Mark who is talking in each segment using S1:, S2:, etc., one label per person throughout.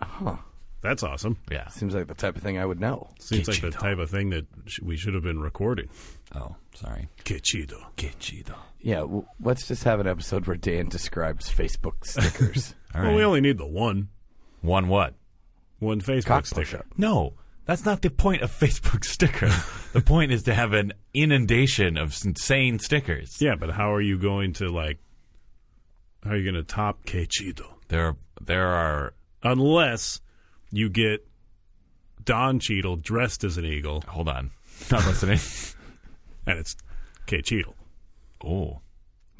S1: Huh.
S2: That's awesome.
S3: Yeah.
S1: Seems like the type of thing I would know.
S2: Seems
S3: Qué
S2: like the
S3: chido.
S2: type of thing that sh- we should have been recording.
S3: Oh, sorry.
S2: Que chido.
S3: Qué chido.
S1: Yeah, w- let's just have an episode where Dan describes Facebook stickers.
S3: All
S2: Well, we
S3: right.
S2: only need the one.
S3: One what?
S2: One Facebook
S1: Cock
S2: sticker.
S1: push-up.
S3: No, that's not the point of Facebook sticker. the point is to have an inundation of s- insane stickers.
S2: Yeah, but how are you going to, like, how are you going to top Que chido?
S3: There, are, there are.
S2: Unless you get Don Cheadle dressed as an eagle
S3: Hold on, not listening.
S2: and it's Que Cheadle.
S3: oh,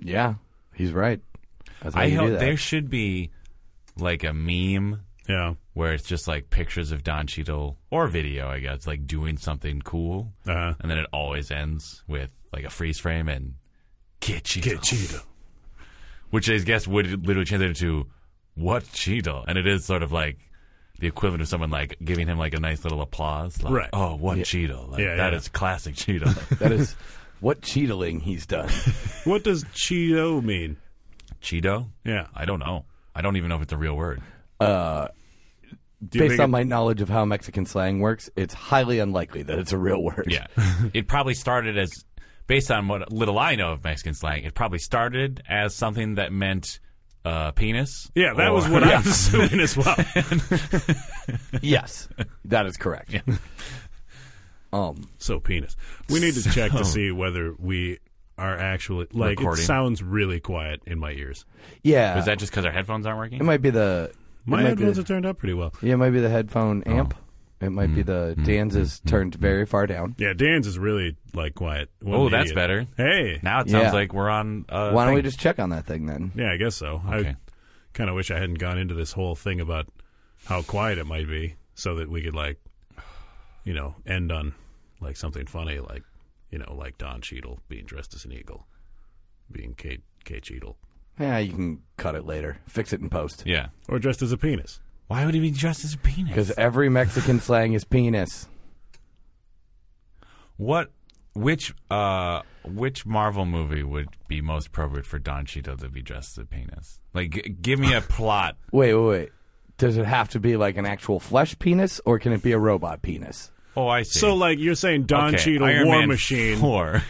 S1: Yeah, he's right. That's how
S3: I
S1: you do
S3: hope
S1: that.
S3: there should be like a meme
S2: Yeah.
S3: where it's just like pictures of Don Cheadle or video, I guess, like doing something cool,
S2: Uh,
S3: and then it always ends with like a freeze frame and get
S2: Que
S3: Cheadle,
S2: chido.
S3: which I guess would literally translate into what Cheadle, and it is sort of like. The equivalent of someone like giving him like a nice little applause, like,
S2: Right.
S3: "Oh, what Cheadle! Like,
S2: Yeah,
S3: that
S2: yeah.
S3: is classic Cheadle."
S1: that is what cheatling he's done.
S2: What does Cheeto mean?
S3: Cheeto?
S2: Yeah.
S3: I don't know. I don't even know if it's a real word.
S2: Do you
S1: Based
S2: think
S1: on
S2: it-
S1: my knowledge of how Mexican slang works, it's highly unlikely that it's a real word.
S3: Yeah. it probably started as, based on what little I know of Mexican slang, it probably started as something that meant uh, penis.
S2: Yeah, that was
S3: or-
S2: what I was assuming as well.
S1: Yes, that is correct. Um,
S2: So penis. We need to check to see whether we are actually like
S3: Recording.
S2: it sounds really quiet in my ears.
S1: yeah,
S3: Is that just because our headphones aren't working?
S1: it might be the it
S2: My
S1: might be
S2: headphones Oh.
S1: the-
S2: have turned up pretty well.
S1: Yeah, it might be the headphone amp. It might
S2: Mm,
S1: be the Dan's is turned very far down.
S2: Yeah, Dan's is really like quiet. What
S3: Oh,
S2: an
S3: that's
S2: idiot.
S3: better.
S2: Hey.
S3: now it sounds
S1: Yeah.
S3: like we're on. Uh,
S1: Why don't we
S3: thing.
S1: just check on that thing then?
S2: yeah, I guess so. I
S3: Okay.
S2: kind of wish I hadn't gone into this whole thing about how quiet it might be so that we could like you know, end on like something funny like you know, like Don Cheadle being dressed as an eagle, being Kate Kate Cheadle,
S1: Yeah, you can cut it later. Fix it in post.
S3: Yeah.
S2: or dressed as a penis.
S3: Why would he be dressed as a
S1: Because
S3: penis?
S1: every Mexican slang is penis.
S3: What. Which uh, which Marvel movie would be most appropriate for Don Cheadle to be dressed as a penis? Like, g- give me a plot.
S1: Wait, wait, wait. Does it have to be like an actual flesh penis, or can it be a robot penis?
S3: Oh, I see.
S2: So, like, you're saying Don
S3: Okay,
S2: Cheadle,
S3: Iron
S2: War
S3: Man
S2: Machine.
S3: Four.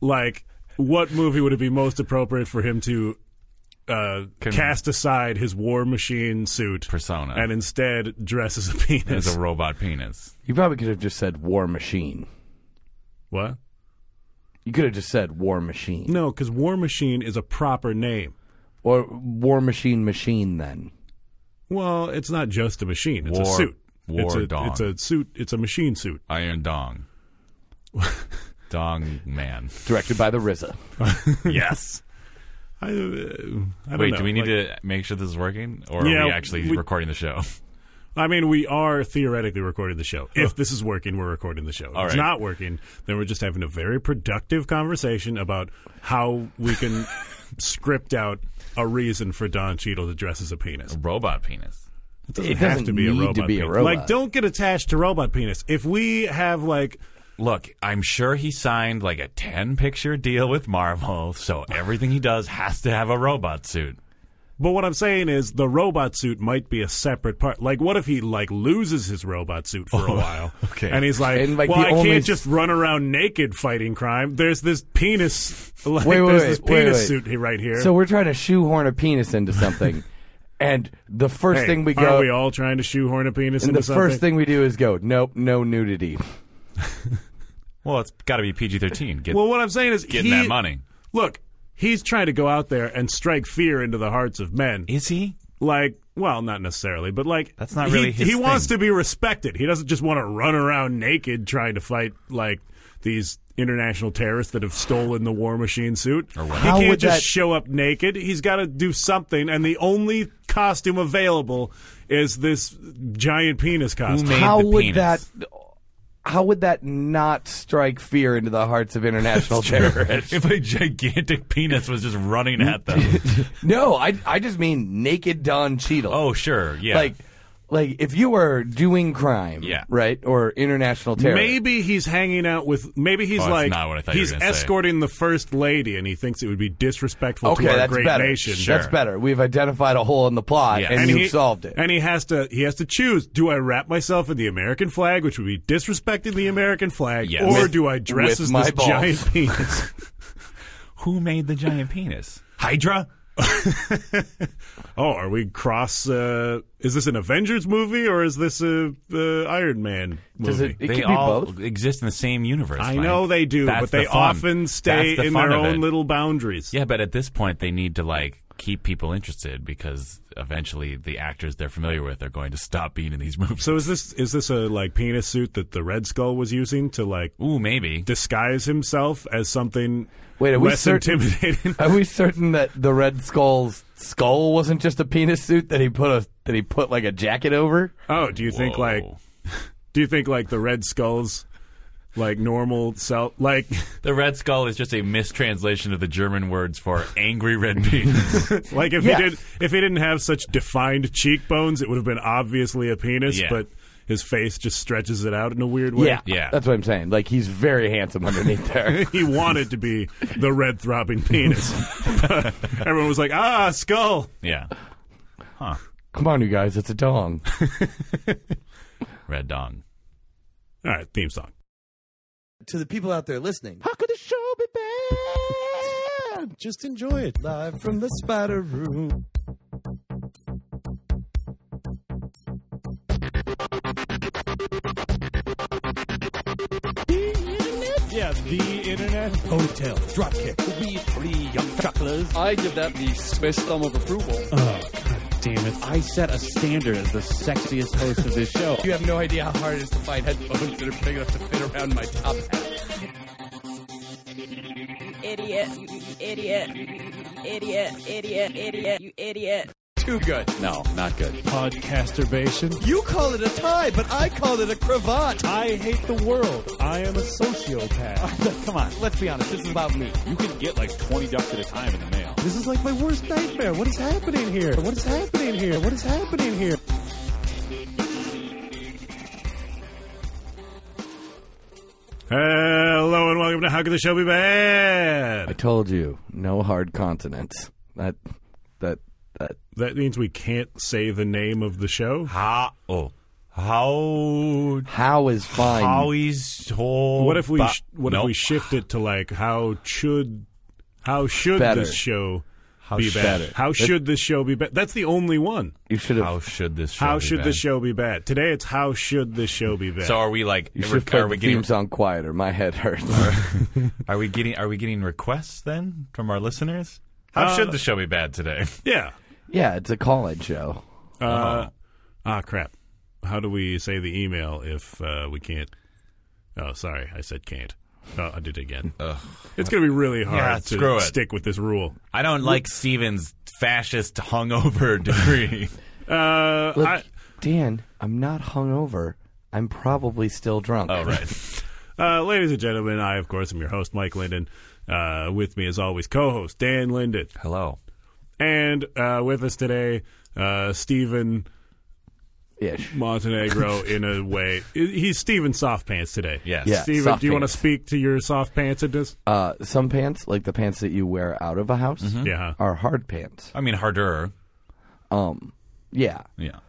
S2: Like, what movie would it be most appropriate for him to uh,
S3: Can-
S2: cast aside his War Machine suit
S3: persona
S2: and instead dress as a penis?
S3: as a robot penis.
S1: You probably could have just said war machine.
S2: what?
S1: You could have just said war machine
S2: No, because War Machine is a proper name.
S1: or war machine machine. Then
S2: Well, it's not just a machine; it's a
S3: War-
S2: suit.
S3: War
S2: it's a,
S3: Dong.
S2: It's a suit. It's a machine suit.
S3: Iron Dong. dong Man.
S1: directed by the RZA.
S3: Yes.
S2: I, uh, I don't
S3: Wait,
S2: know.
S3: do we need
S2: Like,
S3: to make sure this is working? Or
S2: Yeah,
S3: are we actually
S2: we-
S3: recording the show?
S2: I mean, we are theoretically recording the show. If this is working, we're recording the show. If
S3: All
S2: it's
S3: right.
S2: not working, then we're just having a very productive conversation about how we can script out a reason for Don Cheadle to dress as a penis.
S3: Robot penis.
S2: It doesn't,
S1: It
S2: have
S1: doesn't
S2: to be a
S1: need to
S2: robot
S1: be a
S2: penis.
S1: robot.
S2: Like, don't get attached to robot penis. If we have like,
S3: Look, I'm sure he signed like a 10 picture deal with Marvel, so everything he does has to have a robot suit.
S2: but what I'm saying is the robot suit might be a separate part. Like, what if he like loses his robot suit for a while?
S3: okay.
S2: and he's like,
S1: And, like,
S2: well,
S1: the
S2: I
S1: only-
S2: can't just run around naked fighting crime. There's this penis. Like,
S1: Wait, wait,
S2: there's
S1: wait,
S2: this
S1: wait,
S2: penis
S1: wait.
S2: suit here right here.
S1: So we're trying to shoehorn a penis into something, and the first
S2: Hey,
S1: thing we
S2: Are
S1: go,
S2: we all trying to shoehorn a penis
S1: and
S2: into
S1: the
S2: something?
S1: first thing we do is go, nope, no nudity.
S3: Well, it's got to be PG 13. Get
S2: well, what I'm saying is,
S3: Getting
S2: he-
S3: that money.
S2: Look, he's trying to go out there and strike fear into the hearts of men.
S3: Is he?
S2: Like, well, not necessarily, but like,
S3: That's not
S2: he-
S3: really
S2: He,
S3: his
S2: wants
S3: thing.
S2: to be respected. He doesn't just want to run around naked trying to fight like these international terrorists that have stolen the war machine suit. Or
S3: what-
S2: he
S1: How
S2: can't
S1: would
S2: just
S1: that-
S2: show up naked. He's got to do something, and the only costume available is this giant penis costume.
S3: made
S1: how
S3: the
S1: would
S3: penis?
S1: that? How would that not strike fear into the hearts of international terrorists?
S3: If a gigantic penis was just running at them.
S1: No, I I just mean naked Don Cheadle.
S3: oh, sure. Yeah.
S1: like like if you were doing crime,
S3: Yeah.
S1: right, or international terror,
S2: Maybe he's hanging out with. Maybe he's
S3: Oh, that's
S2: like
S3: not what I thought you
S2: he's
S3: were gonna say.
S2: escorting the first lady, and he thinks it would be disrespectful
S1: okay,
S2: to our
S1: that's
S2: great
S1: better.
S2: nation.
S1: That's better. We've identified a hole in the plot,
S3: Yeah.
S1: and,
S2: And
S1: you've
S2: he-
S1: solved it.
S2: And he has to he has to choose: do I wrap myself in the American flag, which would be disrespecting the American flag,
S3: Yes.
S2: or
S3: With-
S2: do I dress
S1: with
S2: as
S1: my
S2: this
S1: balls.
S2: giant penis?
S3: Who made the giant penis? Hydra?
S2: oh, are we cross? Uh, is this an Avengers movie or is this a uh, Iron Man movie?
S1: Does it? It
S3: they
S1: could
S3: all
S1: be both.
S3: exist in the same universe.
S2: I
S3: Mike.
S2: know they do,
S3: That's
S2: but they
S3: the fun.
S2: often stay
S3: That's the
S2: in
S3: fun
S2: their
S3: of
S2: own
S3: it.
S2: little boundaries.
S3: Yeah, but at this point, they need to like keep people interested because eventually the actors they're familiar with are going to stop being in these movies.
S2: So is this is this a like penis suit that the Red Skull was using to like
S3: Ooh, maybe.
S2: disguise himself as something
S1: Wait, are we
S2: less
S1: certain-
S2: intimidating?
S1: Are we certain that the Red Skull's skull wasn't just a penis suit that he put a that he put like a jacket over?
S2: oh, do you think
S3: Whoa.
S2: like do you think like the Red Skull's like normal self like
S3: the Red Skull is just a mistranslation of the German words for angry red penis?
S2: like if
S1: Yes.
S2: he did if he didn't have such defined cheekbones, it would have been obviously a penis,
S3: Yeah.
S2: but his face just stretches it out in a weird way.
S3: Yeah.
S1: that's what I'm saying. Like he's very handsome underneath there.
S2: He wanted to be the red throbbing penis. But everyone was like, ah, skull.
S3: yeah,
S1: Come on, you guys, it's a dong.
S3: red dong.
S2: All right, theme song.
S4: to the people out there listening.
S1: How could the show be bad?
S4: Just enjoy it live from the spider room.
S2: Yeah, the internet.
S4: Hotel dropkick. We three young chucklers.
S5: I give that the space thumb of approval.
S6: Oh, god damn it. I set a standard as the sexiest host of this show.
S5: You have no idea how hard it is to find headphones that are big enough to fit around my top hat.
S7: idiot, you idiot, you idiot, idiot, idiot, you idiot.
S5: Too good. No, not good.
S6: Podcasturbation.
S4: You call it a tie, but I call it a cravat.
S6: I hate the world. I am a sociopath. Come on.
S4: Let's be honest, this is about me.
S6: You can get like 20 ducks at a time in the mail.
S4: This is like my worst nightmare. What is happening here? What is happening here? What is happening here?
S2: Hello and welcome to How Could the Show Be Bad?
S1: I told you, no hard consonants. That that that
S2: That means we can't say the name of the show.
S3: How? Oh, how?
S1: how is fine.
S3: How is
S2: What if we sh- what if we shift it to like how should how should
S1: Better.
S2: this show
S3: How
S2: be
S3: should-
S2: bad?
S1: better.
S2: How should this show be bad? That's the only one.
S1: you should
S3: How
S1: have
S3: should this? Show
S2: How
S3: be
S2: should
S3: bad?
S2: this show be bad? Today it's how should this show be bad?
S3: So are we like?
S1: you
S3: are
S1: should have
S3: we
S1: played the theme
S3: getting?
S1: song quieter. My head hurts.
S3: Are we getting? Are we getting requests then from our listeners? How
S2: Uh,
S3: should the show be bad today?
S2: yeah.
S1: yeah, it's a call-in show.
S2: Uh, Ah crap. How do we say the email if uh, we can't? Oh, sorry, I said can't. Oh, I did it again. It's gonna be really hard
S3: Yeah, screw
S2: to
S3: it.
S2: stick with this rule.
S3: I don't like Steven's fascist hungover degree.
S2: Uh,
S1: Look,
S2: I,
S1: Dan, I'm not hungover. I'm probably still drunk.
S3: oh, right.
S2: Uh, ladies and gentlemen, I, of course, am your host, Mike Linden. Uh, with me, as always, co host Dan Linden.
S3: Hello.
S2: And uh, with us today, uh, Stephen
S1: Ish.
S2: Montenegro, in a way. He's Stephen Soft Pants today.
S3: Yes.
S1: Yeah.
S2: Stephen,
S1: soft
S2: do you want to
S1: pants.
S2: speak to your soft pantsness?
S1: Uh, some pants, like the pants that you wear out of a house,
S3: Mm-hmm.
S2: Yeah.
S1: are hard pants.
S3: I mean harder.
S1: Um, yeah,
S3: Yeah.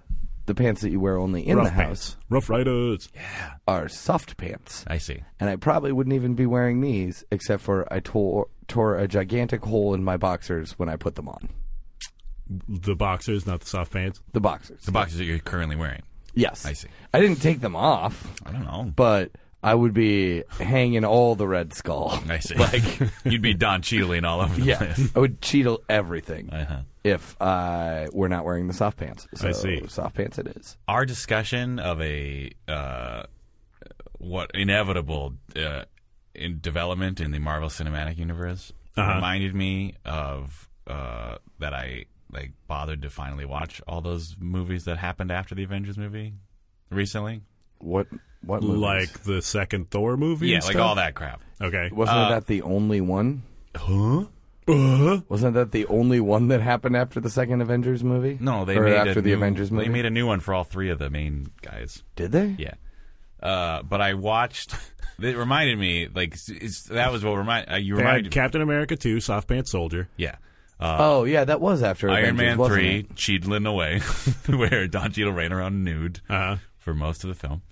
S1: the pants that you wear only in
S2: Rough
S1: the
S2: pants.
S1: house
S2: Rough Riders.
S1: are soft pants.
S3: I see.
S1: And I probably wouldn't even be wearing these except for I tore tore a gigantic hole in my boxers when I put them on.
S2: The boxers, not the soft pants.
S1: The boxers.
S3: The boxes that you're currently wearing.
S1: yes.
S3: I see.
S1: I didn't take them off,
S3: I don't know.
S1: but I would be hanging all the red skull.
S3: I see. Like you'd be Don Cheadle all over the
S1: Yeah.
S3: place.
S1: I would cheetle everything
S3: Uh-huh.
S1: if I were not wearing the soft pants. So
S2: I see.
S1: Soft pants it is.
S3: Our discussion of a uh, what inevitable uh, in development in the Marvel Cinematic Universe
S2: Uh-huh.
S3: reminded me of uh, that I like bothered to finally watch all those movies that happened after the Avengers movie recently.
S1: What what movies?
S2: Like the second Thor movie?
S3: Yeah,
S2: and
S3: like
S2: stuff?
S3: all that crap.
S2: Okay.
S1: wasn't that the only one?
S3: Huh?
S2: Uh-huh.
S1: Wasn't that the only one that happened after the second Avengers movie?
S3: No, they
S1: or
S3: made
S1: after
S3: a
S1: the
S3: new-
S1: Avengers movie.
S3: They made a new one for all three of the main guys.
S1: Did they?
S3: Yeah. Uh, but I watched. It reminded me, like it's- it's, that was what remind uh, you
S2: They had
S3: reminded. me.
S2: Captain America 2, Soft Pants Soldier.
S3: yeah,
S1: oh, yeah, that was after
S3: Uh, Iron
S1: Avengers,
S3: Man
S1: wasn't
S3: three,
S1: it?
S3: Cheadlin away, where Don Cheadle ran around nude
S2: Uh-huh.
S3: for most of the film,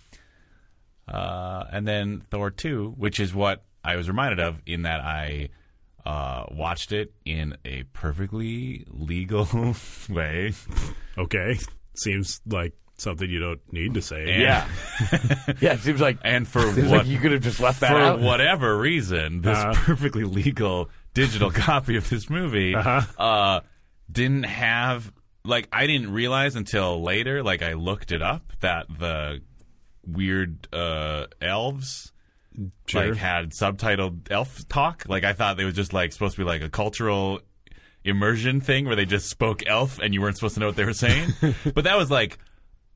S3: uh, and then Thor two, which is what I was reminded of in that I uh, watched it in a perfectly legal way.
S2: Okay. Seems like something you don't need to say.
S3: And-
S1: Yeah, it seems like
S3: and for
S1: seems
S3: what
S1: like you could have just left that
S3: for
S1: out.
S3: whatever reason, this
S2: Uh-huh.
S3: perfectly legal digital copy of this movie
S1: Uh-huh.
S3: uh didn't have like I didn't realize until later. Like I looked it up that the weird uh, elves
S2: Sure.
S3: like had subtitled elf talk. Like I thought they was just like supposed to be like a cultural immersion thing where they just spoke elf and you weren't supposed to know what they were saying. but that was like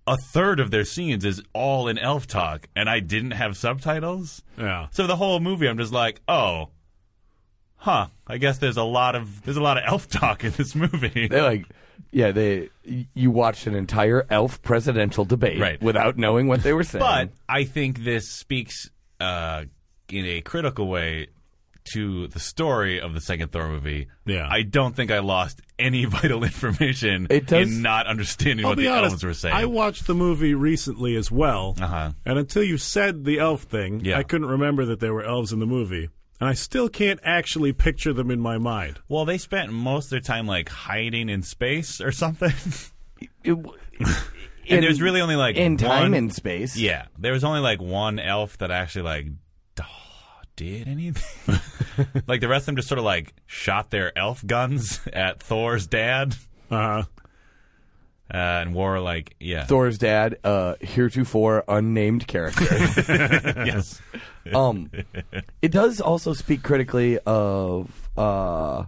S3: a third of their scenes is all in elf talk and I didn't have subtitles.
S2: Yeah.
S3: So the whole movie, I'm just like, oh, huh. I guess there's a lot of there's a lot of elf talk in this movie.
S1: They like, yeah, they you watched an entire elf presidential debate
S3: Right.
S1: without knowing what they were saying.
S3: But I think this speaks uh, in a critical way to the story of the second Thor movie.
S2: Yeah.
S3: I don't think I lost any vital information
S1: It does-
S3: in not understanding
S2: I'll
S3: what
S2: be
S3: the
S2: honest,
S3: elves were saying.
S2: I watched the movie recently as well,
S3: Uh-huh.
S2: and until you said the elf thing,
S3: Yeah.
S2: I couldn't remember that there were elves in the movie, and I still can't actually picture them in my mind.
S3: well, they spent most of their time like hiding in space or something.
S1: It w-
S3: and,
S1: in-
S3: there's really only like
S1: in time
S3: one-
S1: and space.
S3: Yeah, there was only like one elf that actually like d- did anything. like the rest of them just sort of like shot their elf guns at Thor's dad
S2: Uh,
S3: uh, and wore like yeah
S1: Thor's dad, uh, heretofore unnamed character.
S3: yes
S1: um, it does also speak critically of uh,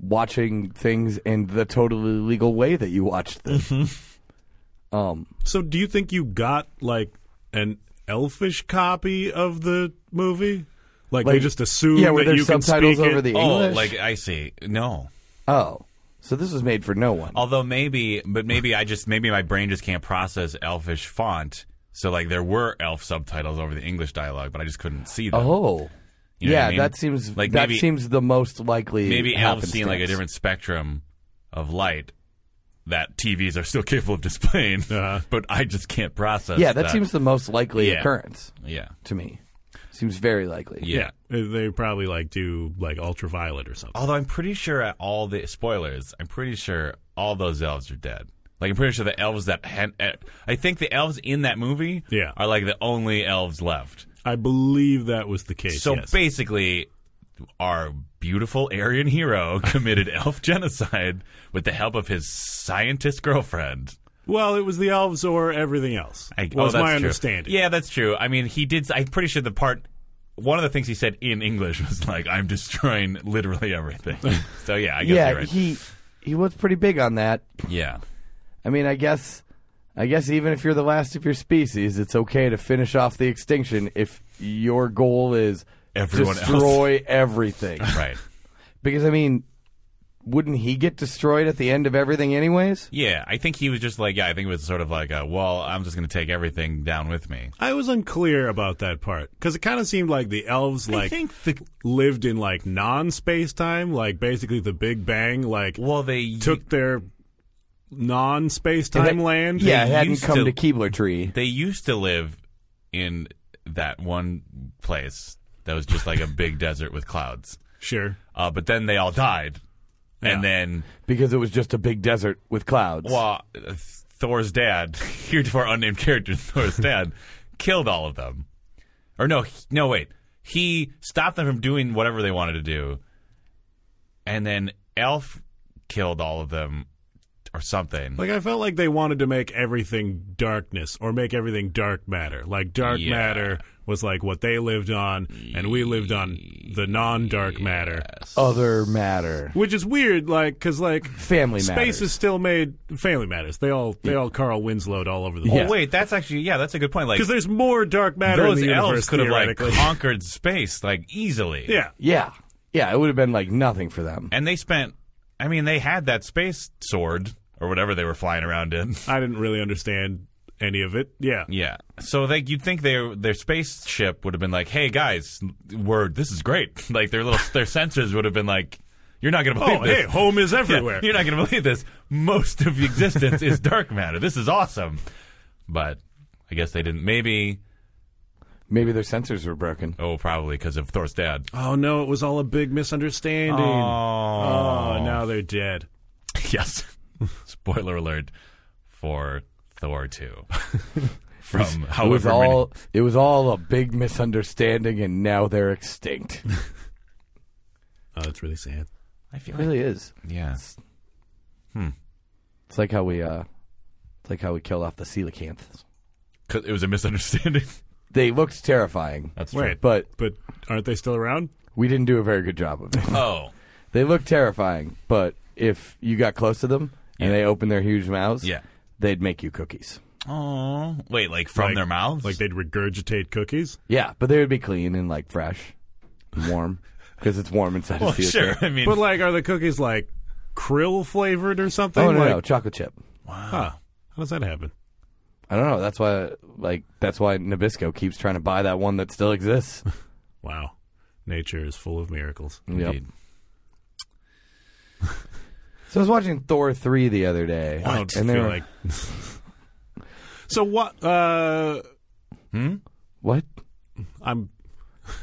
S1: watching things in the totally legal way that you watched
S3: Mm.
S1: them. Um,
S2: so, do you think you got like an elfish copy of the movie? Like, they
S1: Like-
S2: just assume
S1: yeah, where
S2: that
S1: there's
S2: you can
S1: subtitles
S2: speak
S1: over
S2: it?
S1: the
S3: oh
S1: English.
S3: like I see no
S1: oh, so this was made for no one.
S3: although maybe but maybe I just maybe my brain just can't process elfish font so like there were elf subtitles over the English dialogue but I just couldn't see them
S1: Oh,
S3: You know what
S1: yeah,
S3: I mean?
S1: that seems
S3: Like,
S1: that
S3: maybe-
S1: seems the most likely.
S3: maybe elves seeing like a
S1: happenstance.
S3: different spectrum of light that TVs are still capable of displaying, but I just can't process.
S1: Uh-huh. Yeah, that seems the most likely
S3: Yeah.
S1: occurrence
S3: Yeah,
S1: to me. Seems very likely.
S3: yeah.
S2: Uh, They probably like do like ultraviolet or
S1: Oh.
S2: something.
S3: Although I'm pretty sure at all the spoilers, I'm pretty sure all those elves are dead. Like I'm pretty sure the elves that had, eh, I think the elves in that movie
S2: Yeah.
S3: are like the only elves left.
S2: I believe that was the case.
S3: So
S2: yes.
S3: basically, our beautiful Aryan hero committed elf genocide with the help of his scientist girlfriend.
S2: well, it was the elves or everything else.
S3: I, oh,
S2: was
S3: that's
S2: my
S3: true.
S2: understanding.
S3: Yeah, that's true. I mean, he did. I'm pretty sure the part. One of the things he said in English was like, "I'm destroying literally everything." so yeah, I guess
S1: yeah.
S3: you're right.
S1: He he was pretty big on that.
S3: yeah,
S1: I mean, I guess, I guess even if you're the last of your species, it's okay to finish off the extinction if your goal is
S3: Everyone else.
S1: destroy everything.
S3: right.
S1: Because I mean, wouldn't he get destroyed at the end of everything anyways?
S3: Yeah, I think he was just like, yeah, I think it was sort of like, uh, well, I'm just going to take everything down with me.
S2: I was unclear about that part because it kind of seemed like the elves like
S3: the
S2: lived in like non-space time, like basically the Big Bang, like
S3: well, they
S2: took their non-space time
S1: It-
S2: land.
S1: Yeah, it
S3: They
S1: hadn't
S3: used
S1: come to,
S3: to-
S1: Keebler Tree.
S3: they used to live in that one place that was just like a big desert with clouds.
S2: sure.
S3: Uh, but then they all died, and then
S1: Because it was just a big desert with clouds.
S3: Well, uh, Thor's dad, heretofore unnamed character, Thor's dad, killed all of them. Or no, he- no, wait. He stopped them from doing whatever they wanted to do, and then Elf killed all of them, or something.
S2: Like I felt like they wanted to make everything darkness or make everything dark matter. Like dark
S3: Yeah.
S2: matter was like what they lived on, and we lived on the non-dark matter,
S1: Other matter.
S2: which is weird. Like because like
S1: Family matter.
S2: space is still made. Family matters. They all they all Carl Winslowed all over the
S3: oh
S2: place.
S3: wait, that's actually yeah, that's a good point. Like
S2: Because there's more dark matter in
S3: those
S2: the
S3: elves
S2: universe
S3: could have like
S2: theoretically.
S3: conquered space like easily.
S2: yeah,
S1: Yeah. Yeah, it would have been like nothing for them.
S3: And they spent, I mean, they had that space sword or whatever they were flying around in.
S2: I didn't really understand any of it. Yeah.
S3: Yeah. So like you'd think their their spaceship would have been like, "Hey guys, we're this is great." Like their little their sensors would have been like, "You're not going to believe
S2: Oh,
S3: this.
S2: hey, home is
S3: Yeah,
S2: everywhere.
S3: You're not going to believe this. Most of existence is dark matter. This is awesome." But I guess they didn't. Maybe
S1: Maybe their sensors were broken.
S3: oh, probably because of Thor's dad.
S2: Oh no, it was all a big misunderstanding.
S3: Oh.
S2: Oh, now they're dead.
S3: Yes. Spoiler alert for Thor 2. From
S1: It was
S3: however many-
S1: all it was all a big misunderstanding, and now they're extinct.
S2: Oh, that's really sad.
S3: I feel
S1: It
S3: like,
S1: really is.
S3: yeah.
S1: It's like how we uh, it's like how we kill off the coelacanths.
S3: 'Cause it was a misunderstanding.
S1: They looked terrifying,
S3: That's
S2: Wait,
S1: but
S2: but aren't they still around?
S1: we didn't do a very good job of it.
S3: true. Oh.
S1: they looked terrifying, but if you got close to them and they opened their huge mouths,
S3: Yeah.
S1: they'd make you cookies.
S3: Oh. Wait, like from
S2: Like-
S3: their mouths?
S2: Like they'd regurgitate cookies?
S1: Yeah, but they would be clean and like fresh, and warm, because it's warm inside
S2: Oh,
S3: well,
S1: a coelacanth.
S3: sure. I mean,
S2: But like, are the cookies like krill flavored or something?
S1: Oh no,
S2: like,
S1: no, chocolate chip.
S2: huh, How does that happen?
S1: I don't know. That's why, like, that's why Nabisco keeps trying to buy that one that still exists.
S2: Wow, nature is full of miracles.
S1: Yep.
S3: Indeed.
S1: So I was watching Thor three the other day,
S2: I don't
S1: and they
S2: feel
S1: were
S2: like. so what? Uh,
S1: "What?
S2: I'm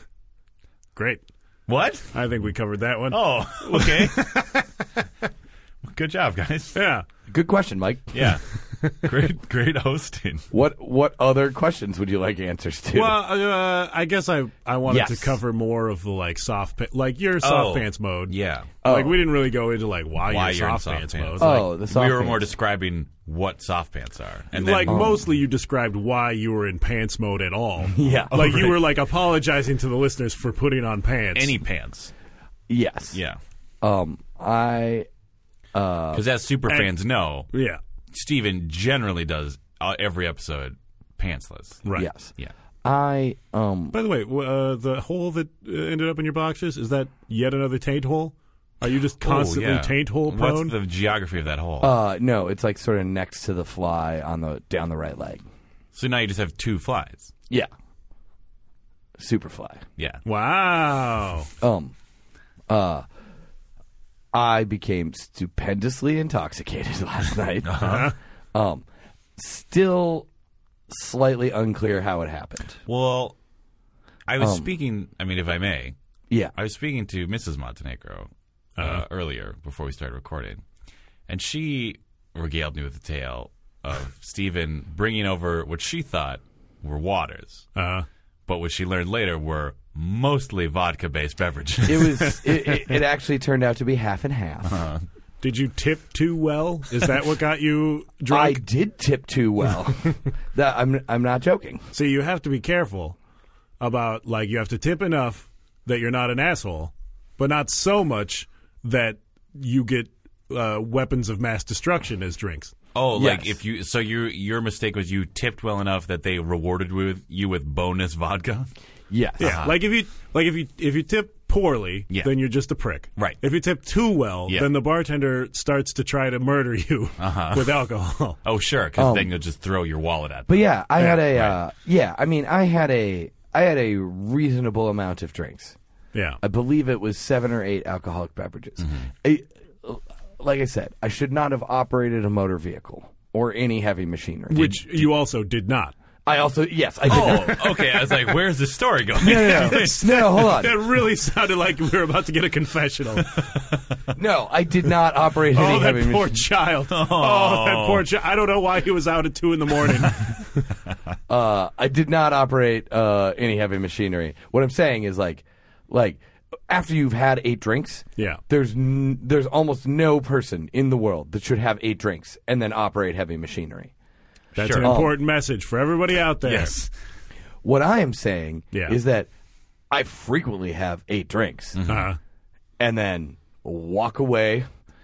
S2: great.
S3: what?
S2: I think we covered that one.
S3: Oh, okay. Good job, guys.
S2: Yeah,
S1: Good question, Mike.
S3: Yeah. great great hosting.
S1: What what other questions would you like answers to?
S2: Well, uh, I guess I I wanted to
S1: Yes.
S2: cover more of the like soft pa- like your soft pants mode.
S3: Yeah.
S2: Like we didn't really go into like why,
S3: Why
S2: you're,
S3: you're in
S2: soft,
S3: soft
S2: pants,
S3: pants.
S2: mode.
S1: oh, the soft
S3: we were
S1: pants.
S3: more describing what soft pants are. And then
S2: like mostly you described why you were in pants mode at all.
S1: Yeah.
S2: like
S3: right.
S2: you were like apologizing to the listeners for putting on pants.
S3: any pants.
S1: yes.
S3: Yeah.
S1: Um, I Oh.
S3: Because as super fans know,
S2: yeah,
S3: Steven generally does uh, every episode pantsless.
S2: right.
S1: yes.
S3: Yeah.
S1: I um.
S2: By the way, w- uh, the hole that uh, ended up in your boxes is that yet another taint hole? Are you just constantly
S3: Oh, yeah.
S2: taint hole prone?
S3: What's the geography of that hole?
S1: Uh no, it's like sort of next to the fly on the down the right leg.
S3: so now you just have two flies.
S1: Yeah. Super fly.
S3: Yeah.
S2: wow.
S1: Um. Uh. I became stupendously intoxicated last night. Um. Still slightly unclear how it happened.
S3: Well, I
S1: Um,
S3: was speaking. I mean, if I may,
S1: Yeah.
S3: I was speaking to Mrs. Montenegro uh,
S1: Uh-huh.
S3: earlier before we started recording, and she regaled me with the tale of Stephen bringing over what she thought were waters,
S1: Uh-huh.
S2: Uh,
S3: but what she learned later were mostly vodka-based beverages.
S1: It was. it, it, it actually turned out to be half and half.
S2: did you tip too well? Is that what got you
S1: I
S2: drunk?
S1: did tip too well. that I'm. I'm not joking.
S2: See, you have to be careful about like you have to tip enough that you're not an asshole, but not so much that you get uh, weapons of mass destruction as drinks.
S3: oh, like
S1: Yes.
S3: if you so your your mistake was you tipped well enough that they rewarded with you with bonus vodka.
S1: Yes.
S2: Yeah, Uh-huh. like if you like if you if you tip poorly,
S3: Yeah.
S2: then you're just a prick.
S3: Right.
S2: If you tip too well,
S3: Yeah.
S2: then the bartender starts to try to murder you with alcohol.
S3: Oh, sure, because then you'll just throw your wallet at them.
S1: Um, But yeah, I had a. Uh, yeah. I mean, I had a. I had a reasonable amount of drinks.
S2: yeah,
S1: I believe it was seven or eight alcoholic beverages.
S2: Mm-hmm.
S1: I- like I said, I should not have operated a motor vehicle or any heavy machinery.
S2: which you also did not.
S1: I also, yes, I did. not.
S3: Oh, okay. I was like, "Where's the story going?"
S1: No, no, no. no, no, hold
S2: That
S1: on.
S2: really sounded like we were about to get a confessional.
S1: No, I did not operate any
S2: Oh, that
S1: heavy
S2: poor
S1: machinery.
S2: child. Oh, that poor child. I don't know why he was out at two in the morning.
S1: Uh, I did not operate uh, any heavy machinery. What I'm saying is, like, like after you've had eight drinks,
S2: Yeah.
S1: there's n- there's almost no person in the world that should have eight drinks and then operate heavy machinery.
S2: That's
S3: Sure.
S2: an important message for everybody out there.
S3: Oh. Yes.
S1: What I am saying
S2: Yeah.
S1: is that I frequently have eight drinks
S2: Uh,
S1: and then walk away.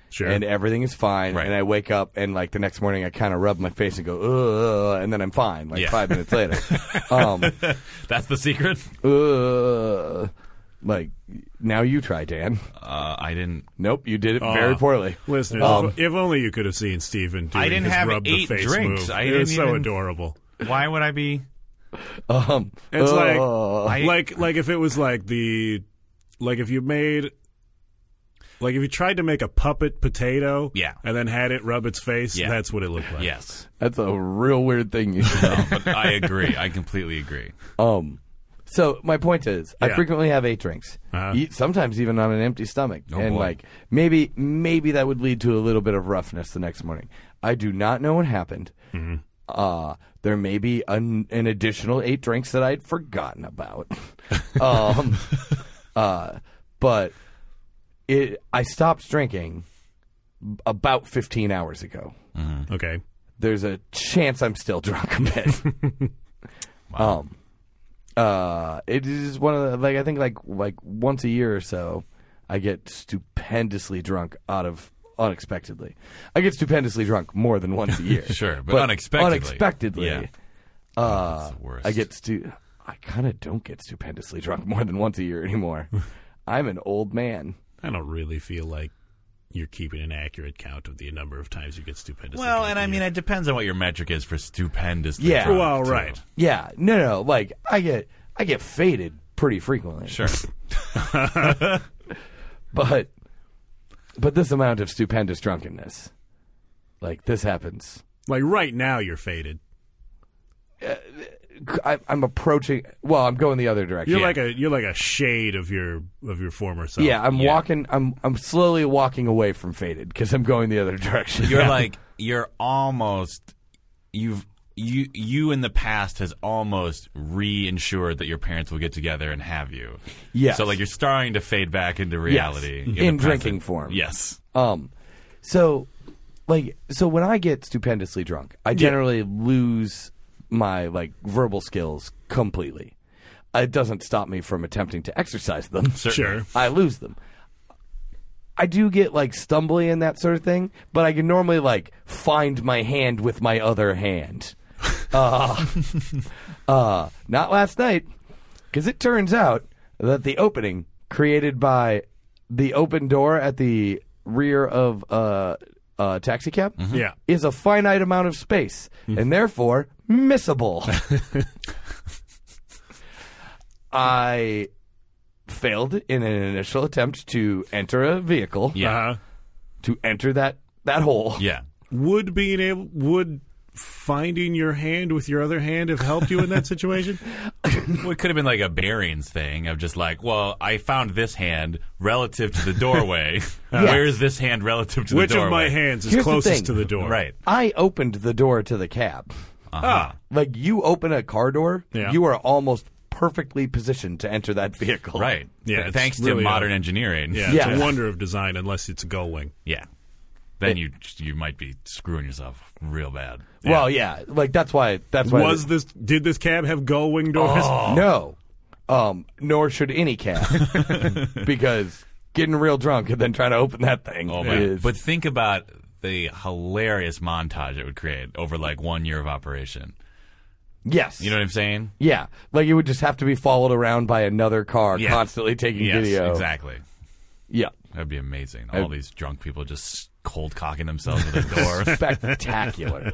S2: sure.
S1: And everything is fine,
S3: Right.
S1: and I wake up, and like the next morning, I kind of rub my face and go, Ugh, and then I'm fine. Like
S3: Yeah.
S1: five minutes later, um,
S3: That's the secret.
S1: Ugh. Like now you try, Dan.
S3: Uh, I didn't.
S1: Nope, you did it very
S2: Ah,
S1: poorly.
S2: Listeners,
S1: Um,
S2: if if only you could have seen Steven doing
S3: I didn't
S2: his
S3: have
S2: rub
S3: eight
S2: the face
S3: drinks.
S2: move.
S3: I
S2: it was so
S3: didn't even-
S2: adorable.
S3: Why would I be?
S1: um,
S2: It's like
S1: uh,
S3: I-
S2: like like if it was like the like if you made like if you tried to make a puppet potato
S3: Yeah.
S2: and then had it rub its face,
S3: Yeah.
S2: that's what it looked like.
S3: Yes, Um,
S1: that's a real weird thing you should know.
S3: but I agree. I completely agree.
S1: Um, so my point is, I
S2: Yeah.
S1: frequently have eight drinks,
S2: Uh-huh.
S1: E- sometimes even on an empty stomach,
S3: Oh,
S1: and
S3: boy.
S1: like maybe maybe that would lead to a little bit of roughness the next morning. I do not know what happened. Uh, there may be an, an additional eight drinks that I'd forgotten about. um, uh, but it, I stopped drinking about 15 hours ago
S2: Okay.
S1: there's a chance I'm still drunk a bit. Um, uh, it is one of the, like I think like like once a year or so, I get stupendously drunk out of unexpectedly. I get stupendously drunk more than once a year.
S3: Sure, but unexpectedly.
S1: unexpectedly,
S3: Yeah. Oh,
S1: uh,
S3: That's the worst.
S1: I get stu. I kind of don't get stupendously drunk more than once a year anymore. I'm an old man.
S2: I don't really feel like you're keeping an accurate count of the number of times you get stupendous.
S3: Well, and I mean, it depends on what your metric is for stupendous.
S1: Yeah.
S3: drunk,
S2: Well,
S3: too.
S2: right.
S1: Yeah, no, no, like I get I get faded pretty frequently.
S3: Sure.
S1: but but this amount of stupendous drunkenness like this happens
S2: like right now you're faded.
S1: I, i'm approaching well i'm going the other direction
S2: You're like a you're like a shade of your of your former self.
S1: yeah i'm walking i'm i'm slowly walking away from faded because i'm going the other direction
S3: You're like you're almost you've you you in the past has almost reinsured that your parents will get together and have you.
S1: Yes.
S3: So like you're starting to fade back into reality
S1: In
S3: the present.
S1: drinking form.
S3: Yes.
S1: um so like so when i get stupendously drunk i generally lose my like verbal skills completely it doesn't stop me from attempting to exercise them
S3: Certainly.
S2: Sure.
S1: I lose them. I do get like stumbly and that sort of thing, but I can normally like find my hand with my other hand. Uh, uh, not last night, because it turns out that the opening created by the open door at the rear of a uh, uh, taxi cab
S2: Yeah.
S1: is a finite amount of space and therefore missable. I failed in an initial attempt to enter a vehicle
S3: Yeah.
S2: Uh-huh.
S1: to enter that that hole.
S3: Yeah.
S2: Would being able would finding your hand with your other hand have helped you in that situation?
S3: Well, it could have been like a bearings thing of just like, well, I found this hand relative to the doorway. Where is this hand relative to
S2: Which
S3: the doorway?
S2: of my hands is
S1: Here's the thing.
S2: closest to the door?
S3: Right.
S1: I opened the door to the cab.
S3: Ah.
S1: Like you open a car door,
S2: Uh-huh. Yeah.
S1: you are almost perfectly positioned to enter that vehicle.
S3: Right.
S2: Yeah,
S3: Th-
S2: it's
S3: Thanks to
S2: really
S3: modern
S2: a-
S3: engineering.
S2: Yeah,
S1: Yeah.
S2: it's a wonder of design unless it's a gull wing.
S3: Yeah. Then you you might be screwing yourself real bad.
S1: Well, yeah. Like that's why that's why
S2: Was this did this cab have gull wing doors?
S1: No. Um, nor should any cat. because getting real drunk and then trying to open that thing.
S3: Oh man!
S1: is-
S3: But think about the hilarious montage it would create over like one year of operation.
S1: yes.
S3: You know what I'm saying?
S1: yeah. Like it would just have to be followed around by another car
S3: Yeah.
S1: constantly taking
S3: Yes,
S1: video.
S3: exactly.
S1: Yeah.
S3: That'd be amazing. All these drunk people just cold cocking themselves at a door.
S1: Spectacular.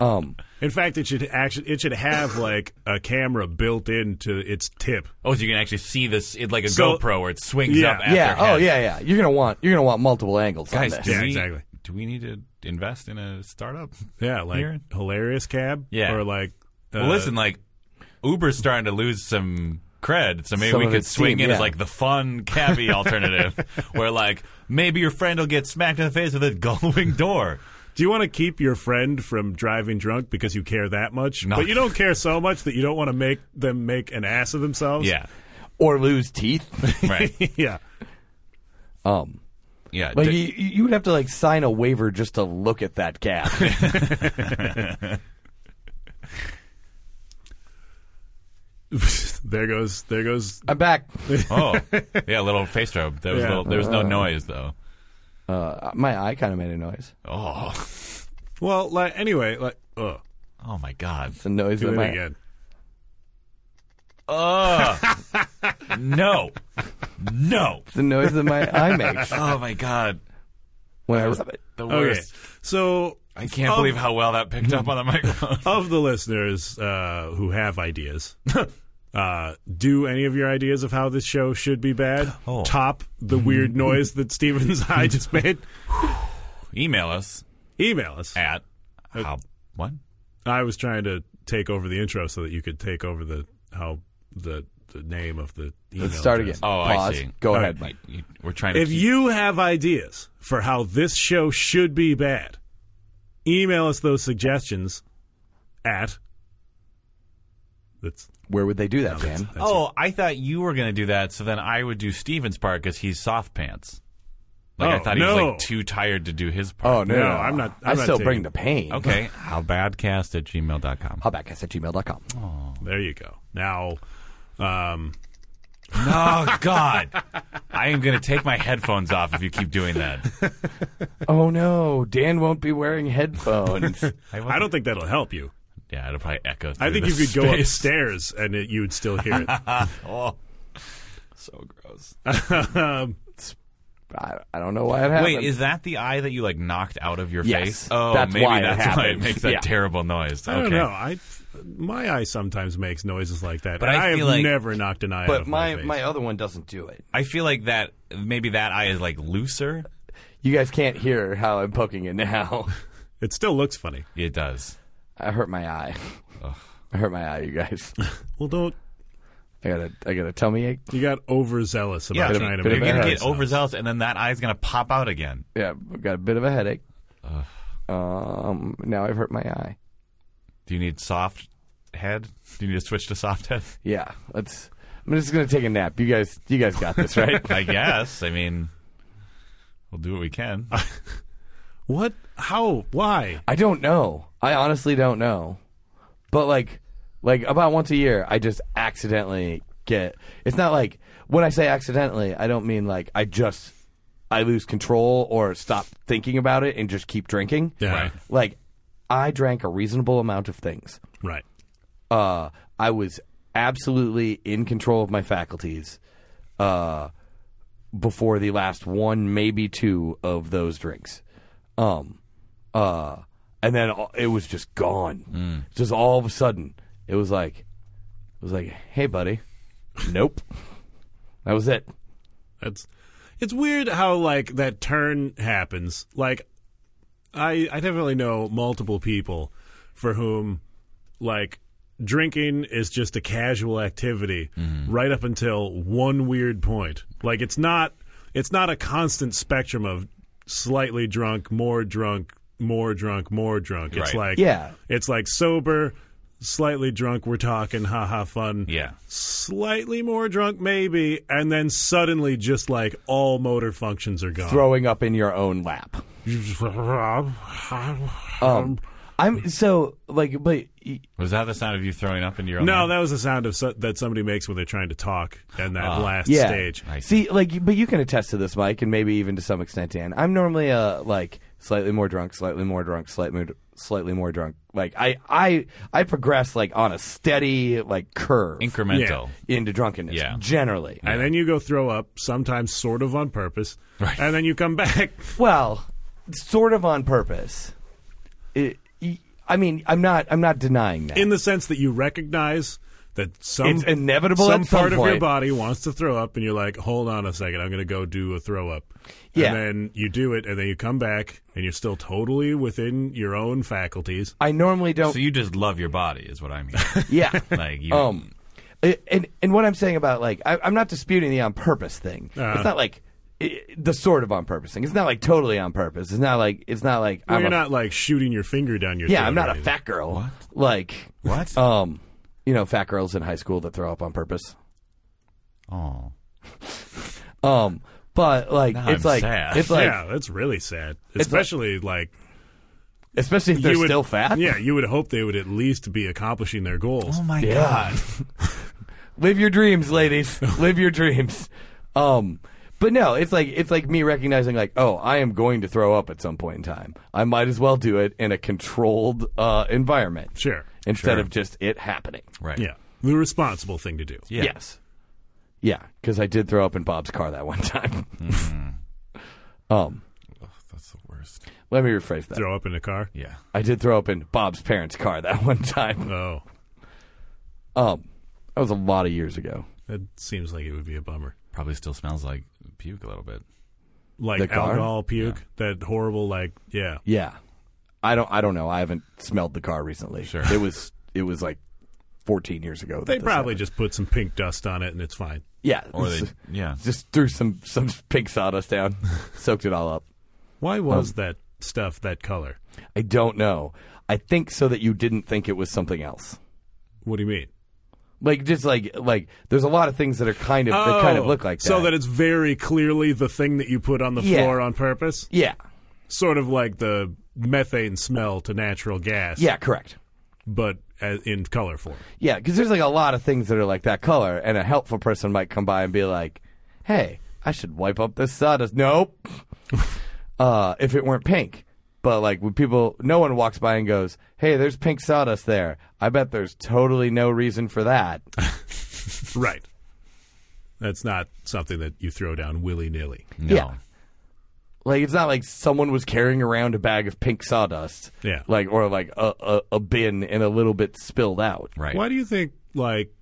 S1: um
S2: In fact, it should actually it should have like a camera built into its tip.
S3: oh, so you can actually see this it, like a
S2: So-
S3: GoPro where it swings
S2: Yeah.
S3: up. After
S1: Yeah, oh
S3: head.
S1: yeah, yeah. You're gonna want you're gonna want multiple angles
S3: Guys,
S1: on
S3: do
S1: this.
S2: Yeah,
S3: we-
S2: exactly. Uh,
S3: Do we need to invest in a startup?
S2: Yeah, like
S3: Here?
S2: hilarious cab.
S3: Yeah.
S2: or like uh,
S3: well, listen, like Uber's starting to lose some cred, so maybe
S1: Some
S3: we
S1: of
S3: could
S1: its
S3: swing
S1: steam,
S3: in as
S1: yeah.
S3: like the fun cabbie alternative, where like maybe your friend will get smacked in the face with a gullwing door.
S2: Do you want to keep your friend from driving drunk because you care that much?
S3: No.
S2: But you don't care so much that you don't want to make them make an ass of themselves.
S3: Yeah,
S1: Or lose teeth.
S3: right.
S2: yeah.
S1: Um
S3: Yeah,
S1: like
S3: d-
S1: you, you would have to like sign a waiver just to look at that gap.
S2: there goes there goes
S1: I'm back.
S3: oh, yeah, a little face rub. There was,
S2: Yeah.
S3: little, there was no noise though.
S1: Uh, my eye kind of made a noise.
S3: Oh,
S2: Well, like anyway, like ugh,
S3: oh my God.
S1: It's a noise
S2: do
S1: that
S2: it
S1: my
S2: again.
S3: Oh no, no.
S1: It's the noise that my eye makes
S3: Oh my god,
S1: when I rub it.
S3: the
S2: Okay,
S3: worst.
S2: so
S3: I can't believe how well that picked up on the microphone.
S2: of the listeners uh, who have ideas, uh, do any of your ideas of how this show should be bad
S3: Oh.
S2: top the weird noise that Steven's eye just made?
S3: Email us
S2: Email us.
S3: at how what?
S2: I was trying to take over the intro so that you could take over the how the the name of the email.
S1: Let's start again.
S2: address.
S3: Oh, I
S1: Pause.
S3: see.
S1: Go
S2: All
S1: ahead, Mike.
S3: Like you- we're trying to.
S2: If
S3: keep-
S2: you have ideas for how this show should be bad, email us those suggestions at that's
S1: Where would they do that, Dan?
S3: oh, I thought you were going to do that, so then I would do Steven's part because he's soft pants. Like I
S2: Oh,
S3: thought he was
S2: no.
S3: like too tired to do his
S1: Oh
S3: part.
S1: no,
S2: No, I'm not-
S1: i
S2: I'm not
S1: still
S2: taking
S1: bring
S2: it.
S1: the pain.
S3: Okay, howbadcast at gmail.com.
S1: Hubbackcast at gmail.com.
S2: there you go. Now, um,
S3: Oh God, I am going to take my headphones off if you keep doing that.
S1: Oh no, Dan won't be wearing headphones.
S2: I don't think that'll help you.
S3: Yeah, it'll probably echo. Through
S2: I think you
S3: this
S2: could go
S3: space.
S2: upstairs and it, you would still hear it.
S3: Oh, so gross.
S2: um,
S1: I, I don't know why it happened.
S3: Wait, is that the eye that you like knocked out of your
S1: Yes.
S3: face? Oh,
S1: That's
S3: maybe
S1: why it
S3: that's why it
S1: happens.
S3: makes that
S1: Yeah.
S3: terrible noise.
S2: I don't
S3: okay.
S2: know. I my eye sometimes makes noises like that.
S3: But
S2: and
S3: I
S2: I, have
S3: feel like-
S2: never knocked an eye out
S1: but
S2: of
S1: my,
S2: face.
S1: my other one doesn't do it.
S3: I feel like that maybe that eye is like looser.
S1: You guys can't hear how I'm poking it now.
S2: it still looks funny.
S3: It does.
S1: I hurt my eye. I hurt my eye, you guys.
S2: Well, don't
S1: I got a I got a tummy ache.
S2: you got overzealous about
S1: Yeah,
S2: trying to
S1: bit
S2: make
S1: of
S3: You're gonna
S1: Yeah,
S3: get
S1: it's
S3: overzealous, and then that eye's gonna pop out again.
S1: Yeah, I got a bit of a headache. Um, now I've hurt my eye.
S3: Do you need soft head? Do you need to switch to soft head?
S1: Yeah, let's. I'm just gonna take a nap. You guys, you guys got this, right?
S3: I guess. I mean, we'll do what we can.
S2: What? How? Why?
S1: I don't know. I honestly don't know. But like like about once a year I just accidentally get it's not like when I say accidentally, I don't mean like I just I lose control or stop thinking about it and just keep drinking.
S2: Yeah.
S3: Right.
S1: Like I drank a reasonable amount of things.
S2: Right.
S1: Uh I was absolutely in control of my faculties uh before the last one, maybe two of those drinks. Um, uh, and then all- it was just gone. Just all of a sudden, it was like, it was like, hey, buddy, nope. That was it.
S2: That's. It's weird how like that turn happens. Like, I I definitely know multiple people for whom like drinking is just a casual activity right up until one weird point. Like it's not it's not a constant spectrum of slightly drunk, more drunk, more drunk, more drunk. It's
S3: Right.
S2: like
S1: Yeah.
S2: It's like sober, slightly drunk, we're talking, haha fun.
S3: Yeah.
S2: Slightly more drunk maybe, and then suddenly just like all motor functions are gone.
S1: Throwing up in your own lap. Um, I'm so like, but y-
S3: Was that the sound of you throwing up into your own?
S2: No,
S3: mouth?
S2: that was the sound of so- that somebody makes when they're trying to talk and that last
S1: yeah.
S2: stage.
S3: Ah. I see.
S1: See, like, but you can attest to this, Mike, and maybe even to some extent, Dan. I'm normally a like slightly more drunk, slightly more drunk, slightly slightly more drunk. Like, I I I progress like on a steady like curve
S3: incremental.
S1: into drunkenness.
S3: Yeah.
S1: generally.
S2: And then you go throw up, sometimes sort of on purpose,
S3: Right.
S2: and then you come back.
S1: Well, sort of on purpose. It, y- I mean, I'm not I'm not denying that.
S2: in the sense that you recognize that some
S1: It's inevitable
S2: Some
S1: at some
S2: part of your
S1: point.
S2: body wants to throw up, and you're like, "Hold on a second, I'm going to go do a throw up."
S1: Yeah.
S2: And then you do it, and then you come back, and you're still totally within your own faculties.
S1: I normally don't.
S3: So you just love your body, is what I mean.
S1: yeah.
S3: like you,
S1: Um, it- and and what I'm saying about like I, I'm not disputing the on purpose thing.
S2: Uh-huh.
S1: it's not like i the sort of on purpose thing. It's not like totally on purpose. It's not like it's not like
S2: Well,
S1: I'm
S2: you're
S1: a,
S2: not like shooting your finger down your.
S1: yeah
S2: throat
S1: I'm not
S2: or
S1: a
S2: anything.
S1: fat girl. Like
S3: What?
S1: Um, you know, fat girls in high school that throw up on purpose.
S3: oh,
S1: Um, but like
S3: Now
S1: it's
S3: I'm
S1: like
S3: sad.
S1: it's like
S2: yeah, that's really sad,
S1: like-
S2: especially like
S1: especially if they're
S2: you would,
S1: still fat.
S2: Yeah, you would hope they would at least be accomplishing their goals.
S3: oh my
S1: Yeah.
S3: god!
S1: live your dreams, ladies. live your dreams. Um, but no, it's like it's like me recognizing like, oh, I am going to throw up at some point in time. I might as well do it in a controlled uh, environment
S2: Sure.
S1: instead of just it happening.
S3: Right.
S2: Yeah, the responsible thing to do.
S3: Yeah.
S1: Yes. Yeah, because I did throw up in Bob's car that one time. um,
S3: Hmm. Ugh, that's the worst.
S1: let me rephrase that.
S2: Throw up in the car.
S3: Yeah.
S1: I did throw up in Bob's parents' car that one time.
S2: Oh,
S1: Um, that was a lot of years ago.
S2: that seems like it would be a bummer.
S3: Probably still smells like puke a little bit.
S1: The
S2: Like
S1: car?
S2: alcohol puke. That horrible. Like yeah.
S1: Yeah, I don't. I don't know. I haven't smelled the car recently.
S3: Sure.
S1: it was. It was like 14 years ago. that
S2: They
S1: this
S2: probably
S1: happened.
S2: just put some pink dust on it and it's fine.
S1: yeah,
S3: Or they yeah.
S1: just threw some some pink sawdust down, soaked it all up.
S2: Why was that stuff that color?
S1: I don't know. I think so that you didn't think it was something else.
S2: What do you mean?
S1: Like just like like there's a lot of things that are kind of that kind of look like
S2: Oh, so
S1: that.
S2: that it's very clearly the thing that you put on the
S1: Yeah.
S2: floor on purpose.
S1: yeah.
S2: Sort of like the methane smell to natural gas.
S1: Yeah, correct.
S2: but as, in color form.
S1: Yeah, because there's like a lot of things that are like that color, and a helpful person might come by and be like, "Hey, I should wipe up this sawdust." Nope. uh, if it weren't pink, but like when people, no one walks by and goes, "Hey, there's pink sawdust there." I bet there's totally no reason for that.
S2: Right. That's not something that you throw down willy nilly.
S3: No.
S1: Yeah. Like it's not like someone was carrying around a bag of pink sawdust.
S2: Yeah.
S1: Like or like a, a, a bin and a little bit spilled out.
S3: Right.
S2: Why do you think like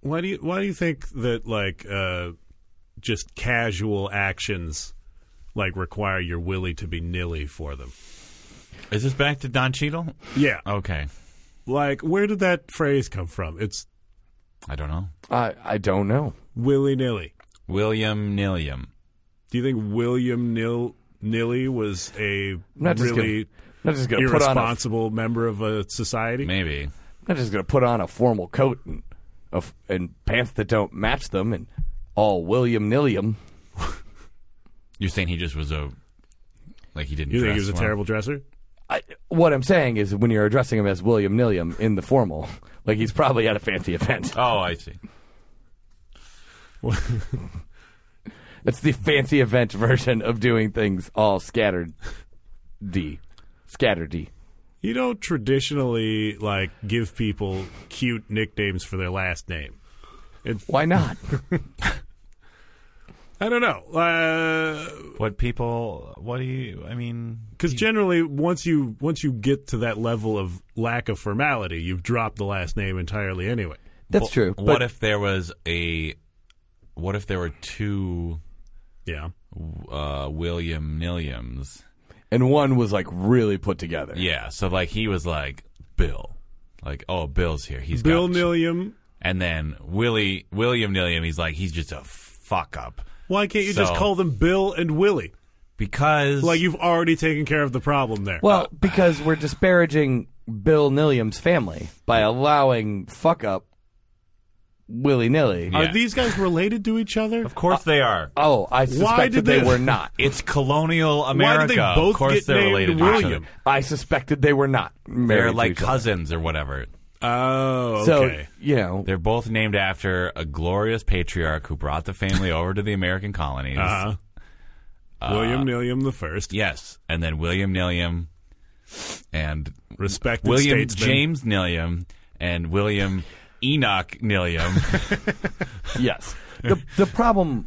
S2: why do you why do you think that like uh just casual actions like require your willy to be nilly for them?
S3: Is this back to Don Cheadle?
S2: Yeah.
S3: Okay.
S2: Like where did that phrase come from? It's
S3: I don't know.
S1: I I don't know.
S2: willy nilly.
S3: William Nilliam.
S2: Do you think William Nil Nilly was a
S1: not just
S2: really
S1: I'm not just gonna put on a, I'm
S2: irresponsible member of a society?
S3: Maybe.
S1: not just gonna put on a formal coat and a f and pants that don't match them and all William Nilliam.
S3: You're saying he just was a like he didn't
S2: You think
S3: dress
S2: he was a
S3: well?
S2: terrible dresser?
S1: I, what I'm saying is when you're addressing him as William Nilliam in the formal, like he's probably at a fancy event.
S3: Oh, I see.
S1: It's the fancy event version of doing things all scattered D. Scattered D.
S2: You don't traditionally like give people cute nicknames for their last name.
S1: Why not?
S2: I don't Uh, know,
S3: What people? What do you? I mean,
S2: because generally, once you once you get to that level of lack of formality, you've dropped the last name entirely anyway.
S1: That's
S3: wh-
S1: true.
S3: What
S1: but-
S3: if there was a? What if there were two
S2: Yeah,
S3: uh, William Nilliams?
S1: and one was like really put together.
S3: Yeah. So like he was like Bill, like oh Bill's here. He's
S2: Bill
S3: got
S2: Nilliam.
S3: and then Willie William Nilliam. He's like he's just a fuck up
S2: Why can't you just
S3: So-
S2: call them Bill and Willie?
S3: because
S2: Like you've already taken care of the problem there.
S1: Well, because we're disparaging Bill Nilliam's family by allowing fuck up willy nilly.
S3: Yeah.
S2: Are these guys related to each other?
S3: Of course they are.
S1: Oh, I suspect that
S2: did
S1: they
S2: they-
S1: were not.
S3: It's colonial
S2: Why
S3: America.
S2: did they both
S3: of course
S2: get
S3: they're
S2: named
S3: related to each other.
S2: William?
S1: I suspected they were not. married
S3: They're
S1: to
S3: like
S1: each other.
S3: cousins or whatever.
S2: Oh, okay.
S1: So you know,
S3: They're both named after a glorious patriarch who brought the family over to the American colonies.
S2: Uh-huh.
S3: Uh,
S2: William Nilliam the first,
S3: Yes, and then William Nilliam and
S2: respected
S3: William
S2: statesman.
S3: James Nilliam and William Enoch Nilliam.
S1: yes. The the problem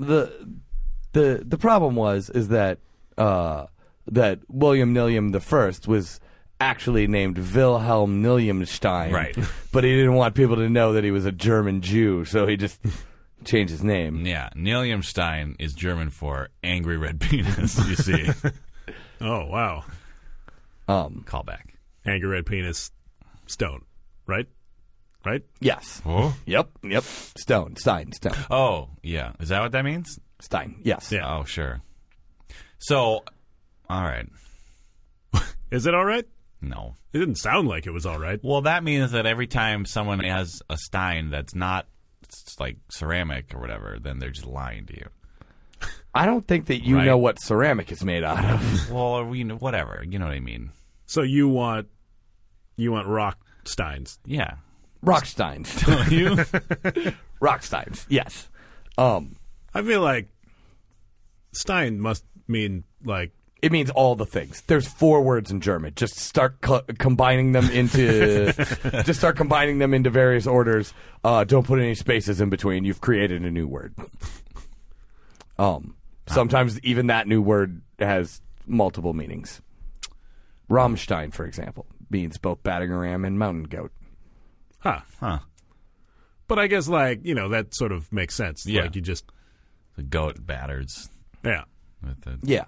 S1: the the the problem was is that uh that William Nilliam the first was actually named Wilhelm Nilliamstein.
S3: Right.
S1: But he didn't want people to know that he was a German Jew, so he just changed his name.
S3: yeah, Nilliamstein is German for angry red penis. You see,
S2: Oh wow,
S1: Um
S3: callback.
S2: anger red penis stone, right? Right?
S1: yes.
S3: Oh,
S1: Yep, yep. Stone, Stein, Stone.
S3: oh, yeah. Is that what that means?
S1: Stein. Yes.
S2: Yeah.
S3: Oh, sure. So, all right.
S2: Is it all right?
S3: No.
S2: It didn't sound like it was all right.
S3: Well, that means that every time someone has a stein that's not s- like ceramic or whatever, then they're just lying to you.
S1: I don't think that you
S3: Right.
S1: know what ceramic is made out of.
S3: Well, or we whatever, you know what I mean?
S2: So you want you want rock steins?
S3: Yeah,
S1: Rocksteins.
S3: don't you?
S1: Rocksteins. Yes. Um
S2: I feel like stein must mean like
S1: It means all the things. There's four words in German. Just start co- combining them into, just start combining them into various orders. Uh, don't put any spaces in between. You've created a new word. Um, sometimes even that new word has multiple meanings. Rammstein, for example, means both batting ram and mountain goat.
S2: Huh.
S3: Huh.
S2: But I guess like you know that sort of makes sense.
S3: Yeah.
S2: Like you just
S3: The goat batters.
S2: yeah.
S3: With the,
S1: Yeah,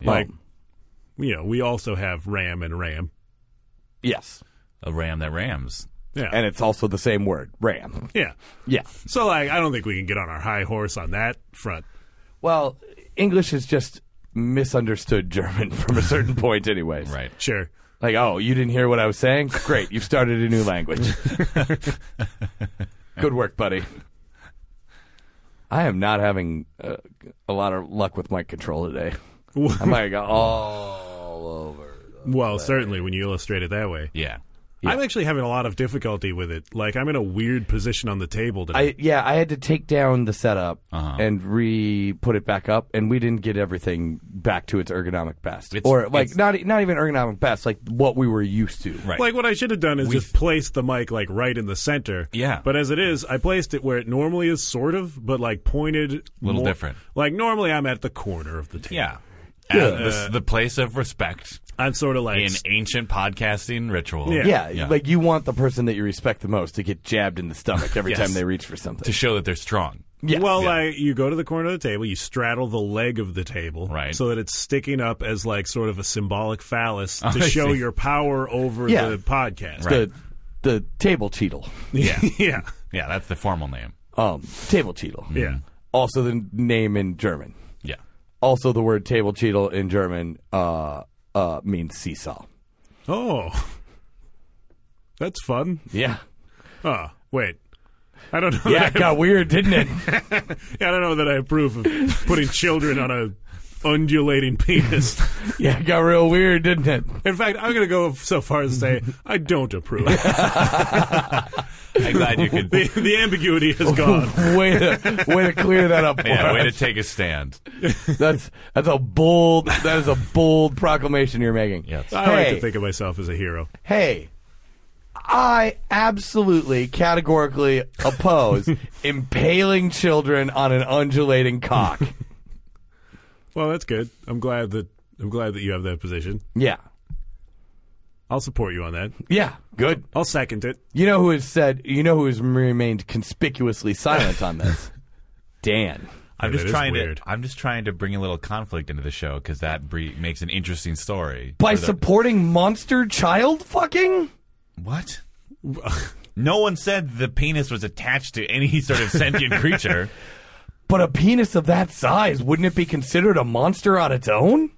S2: Like
S1: Um,
S2: you know we also have ram and ram.
S1: yes,
S3: a ram that rams.
S2: Yeah.
S1: and it's also the same word, ram.
S2: yeah.
S1: Yeah.
S2: So like I don't think we can get on our high horse on that front.
S1: Well, English is just misunderstood German from a certain point, anyways.
S3: Right.
S2: Sure.
S1: Like, oh, you didn't hear what I was saying? Great, you've started a new language. Good work, buddy. I am not having uh, a lot of luck with mic control today. I'm like all over.
S2: Well, certainly when you illustrate it that way.
S3: Yeah.
S2: I'm actually having a lot of difficulty with it. Like I'm in a weird position on the table today.
S1: I yeah, I had to take down the setup
S3: Uh-huh.
S1: and re put it back up, and we didn't get everything back to its ergonomic best,
S3: It's-
S1: or like
S3: it's-
S1: not not even ergonomic best, like what we were used to.
S3: Right.
S2: like what I should have done is
S3: We-
S2: just place the mic like right in the center.
S3: Yeah.
S2: But as it is, I placed it where it normally is, sort of, but like pointed. A
S3: Little different.
S2: Like normally, I'm at the corner of the table.
S3: yeah.
S2: Yeah.
S3: Uh, this- the place of respect
S2: I'm sort of like
S3: in ancient podcasting ritual.
S2: Yeah.
S1: Yeah,
S3: Yeah.
S1: like you want the person that you respect the most to get jabbed in the stomach every
S3: Yes.
S1: time they reach for something.
S3: To show that they're strong.
S1: Yes.
S2: Well,
S3: Yeah.
S2: like you go to the corner of the table, you straddle the leg of the table,
S3: Right.
S2: so that it's sticking up as like sort of a symbolic phallus to
S3: Oh, I
S2: show
S3: see.
S2: your power over
S1: Yeah.
S2: the podcast.
S1: the the table cheetle,
S2: Yeah, yeah,
S3: Yeah, that's the formal name.
S1: um, table cheetle.
S2: yeah.
S1: Also the name in German.
S3: Yeah.
S1: Also the word table cheetle in German uh, uh, means seesaw.
S3: Mm-hmm.
S2: Oh, that's fun.
S1: Yeah.
S2: Oh, wait. I don't know.
S1: Yeah,
S2: that
S1: it got weird, didn't it?
S2: I, I don't know that I approve of putting children on a undulating penis.
S1: Yeah, it got real weird, didn't it?
S2: In fact, I'm going to go so far as to say I don't approve.
S3: I'm glad you could.
S2: the, the ambiguity
S3: Oh.
S2: is gone.
S1: way to way to clear that up. For
S3: yeah, way to
S1: us.
S3: take a stand.
S1: that's that's a bold that is a bold proclamation you're making.
S3: Yes.
S2: I
S1: hey,
S2: like to think of myself as a hero.
S1: hey, I absolutely categorically oppose impaling children on an undulating cock.
S2: Well, that's good. I'm glad that I'm glad that you have that position.
S1: yeah,
S2: I'll support you on that.
S1: yeah, good.
S2: I'll second it.
S1: You know who has said? You know who has remained conspicuously silent on this? Dan.
S3: I'm
S2: Yeah,
S3: just
S2: that is
S3: trying
S2: weird.
S3: to. I'm just trying to bring a little conflict into the show because that bre- makes an interesting story.
S1: By
S3: Or the-
S1: supporting monster child fucking?
S3: what? No one said the penis was attached to any sort of sentient creature.
S1: But a penis of that size, wouldn't it be considered a monster on its own?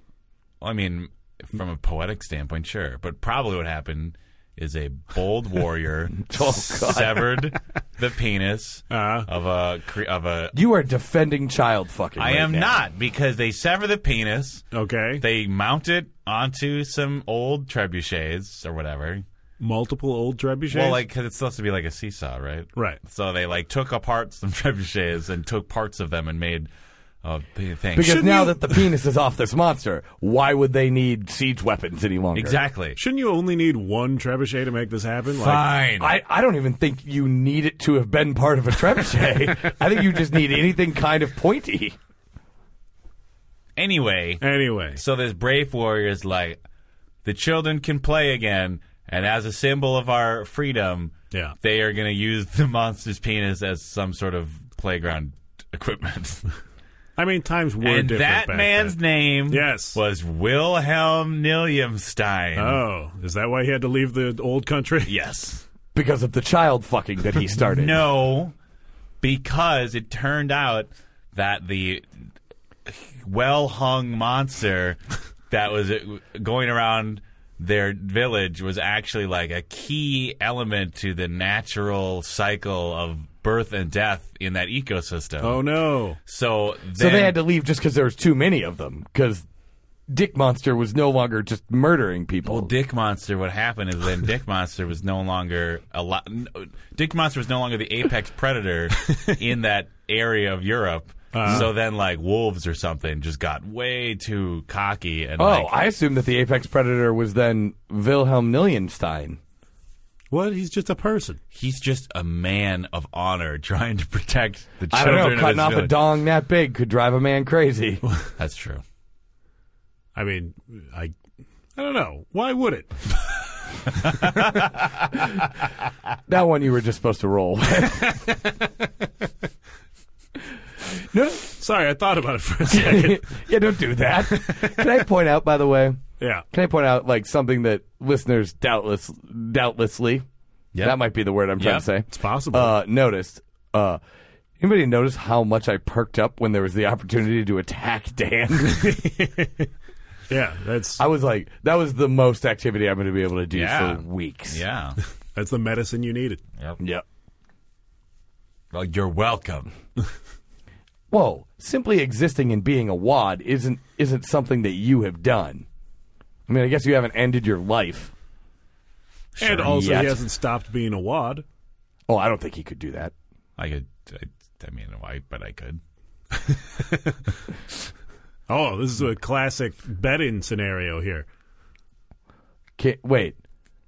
S3: I mean, from a poetic standpoint, sure, but probably what happened is a bold warrior severed the penis of a cre- of a.
S1: You are defending child fucking.
S3: I
S1: right
S3: am
S1: now.
S3: not because they sever the penis.
S2: Okay.
S3: They mount it onto some old trebuchets or whatever.
S2: Multiple old trebuchets.
S3: Well, like 'cause it's supposed to be like a seesaw, right?
S2: right.
S3: So they like took apart some trebuchets and took parts of them and made a p- thing.
S1: Because
S2: Shouldn't
S1: now
S2: you-
S1: that the penis is off this monster, why would they need siege weapons any longer?
S3: exactly.
S2: Shouldn't you only need one trebuchet to make this happen? Like,
S3: Fine.
S1: I, I don't even think you need it to have been part of a trebuchet. I think you just need anything kind of pointy.
S3: anyway,
S2: anyway,
S3: so this brave warrior is like, the children can play again, and as a symbol of our freedom,
S2: Yeah.
S3: they are going to use the monster's penis as some sort of playground equipment.
S2: I mean, times were
S3: and
S2: different.
S3: that
S2: back
S3: man's
S2: then.
S3: name
S2: Yes.
S3: was Wilhelm Niljenstein.
S2: Oh, is that why he had to leave the old country?
S3: Yes.
S1: Because of the child fucking that he started.
S3: No, because it turned out that the well hung monster that was uh, going around their village was actually like a key element to the natural cycle of birth and death in that ecosystem.
S2: Oh no.
S3: So, then,
S1: So they had to leave just because there was too many of them. Because Dick Monster was no longer just murdering people.
S3: Well, Dick Monster. What happened is then Dick Monster was no longer a lot. Dick Monster was no longer the apex predator in that area of Europe.
S1: Uh-huh.
S3: so then, like wolves or something, just got way too cocky and
S1: Oh,
S3: like,
S1: I assumed that the apex predator was then Wilhelm Nillenstein.
S2: What? He's just a person.
S3: he's just a man of honor trying to protect the
S1: I don't
S3: children.
S1: know.
S3: of
S1: Cutting
S3: his
S1: off a
S3: village.
S1: dong that big could drive a man crazy.
S3: That's true.
S2: I mean, I, I don't know. Why would it?
S1: that one you were just supposed to roll. with. no,
S2: Sorry, I thought about it for a second.
S1: yeah, don't do that. Can I point out, by the way?
S2: yeah.
S1: Can I point out like something that listeners doubtless, doubtlessly,
S3: Yep.
S1: that might be the word I'm trying
S3: Yep.
S1: to say.
S2: It's possible.
S1: Uh, noticed. Uh, anybody notice how much I perked up when there was the opportunity to attack Dan?
S2: yeah, that's
S1: I was like, that was the most activity I'm going to be able to do
S3: Yeah.
S1: for weeks.
S3: Yeah.
S2: that's the medicine you needed.
S1: Yep.
S3: well, you're welcome.
S1: Whoa! Simply existing and being a wad isn't isn't something that you have done. I mean, I guess you haven't ended your life.
S2: and also,
S1: yet.
S2: he hasn't stopped being a wad.
S1: Oh, I don't think he could do that.
S3: I could. I, I mean, why? But I could.
S2: Oh, this is a classic betting scenario here.
S1: Can, wait,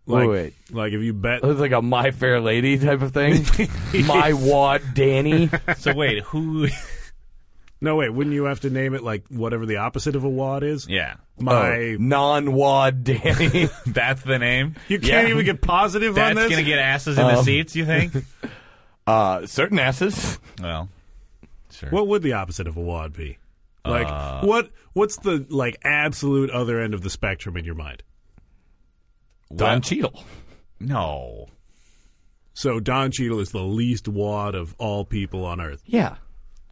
S2: Like,
S1: wait, wait. Oh,
S2: like if you bet,
S1: It's like a My Fair Lady type of thing. My wad, Danny. Oh,
S3: So wait, who?
S2: no wait, wouldn't you have to name it like whatever the opposite of a wad is?
S3: yeah,
S2: My,
S1: non wad, Danny.
S3: that's the name.
S2: you can't
S3: Yeah.
S2: even get positive on
S3: That's
S2: this.
S3: gonna get asses in
S1: Um,
S3: the seats. You think?
S1: Uh, certain asses.
S3: well, sure.
S2: What would the opposite of a wad be? Like what? What's the like absolute other end of the spectrum in your mind?
S1: Don Cheadle.
S3: No.
S2: So Don Cheadle is the least wad of all people on earth.
S1: Yeah.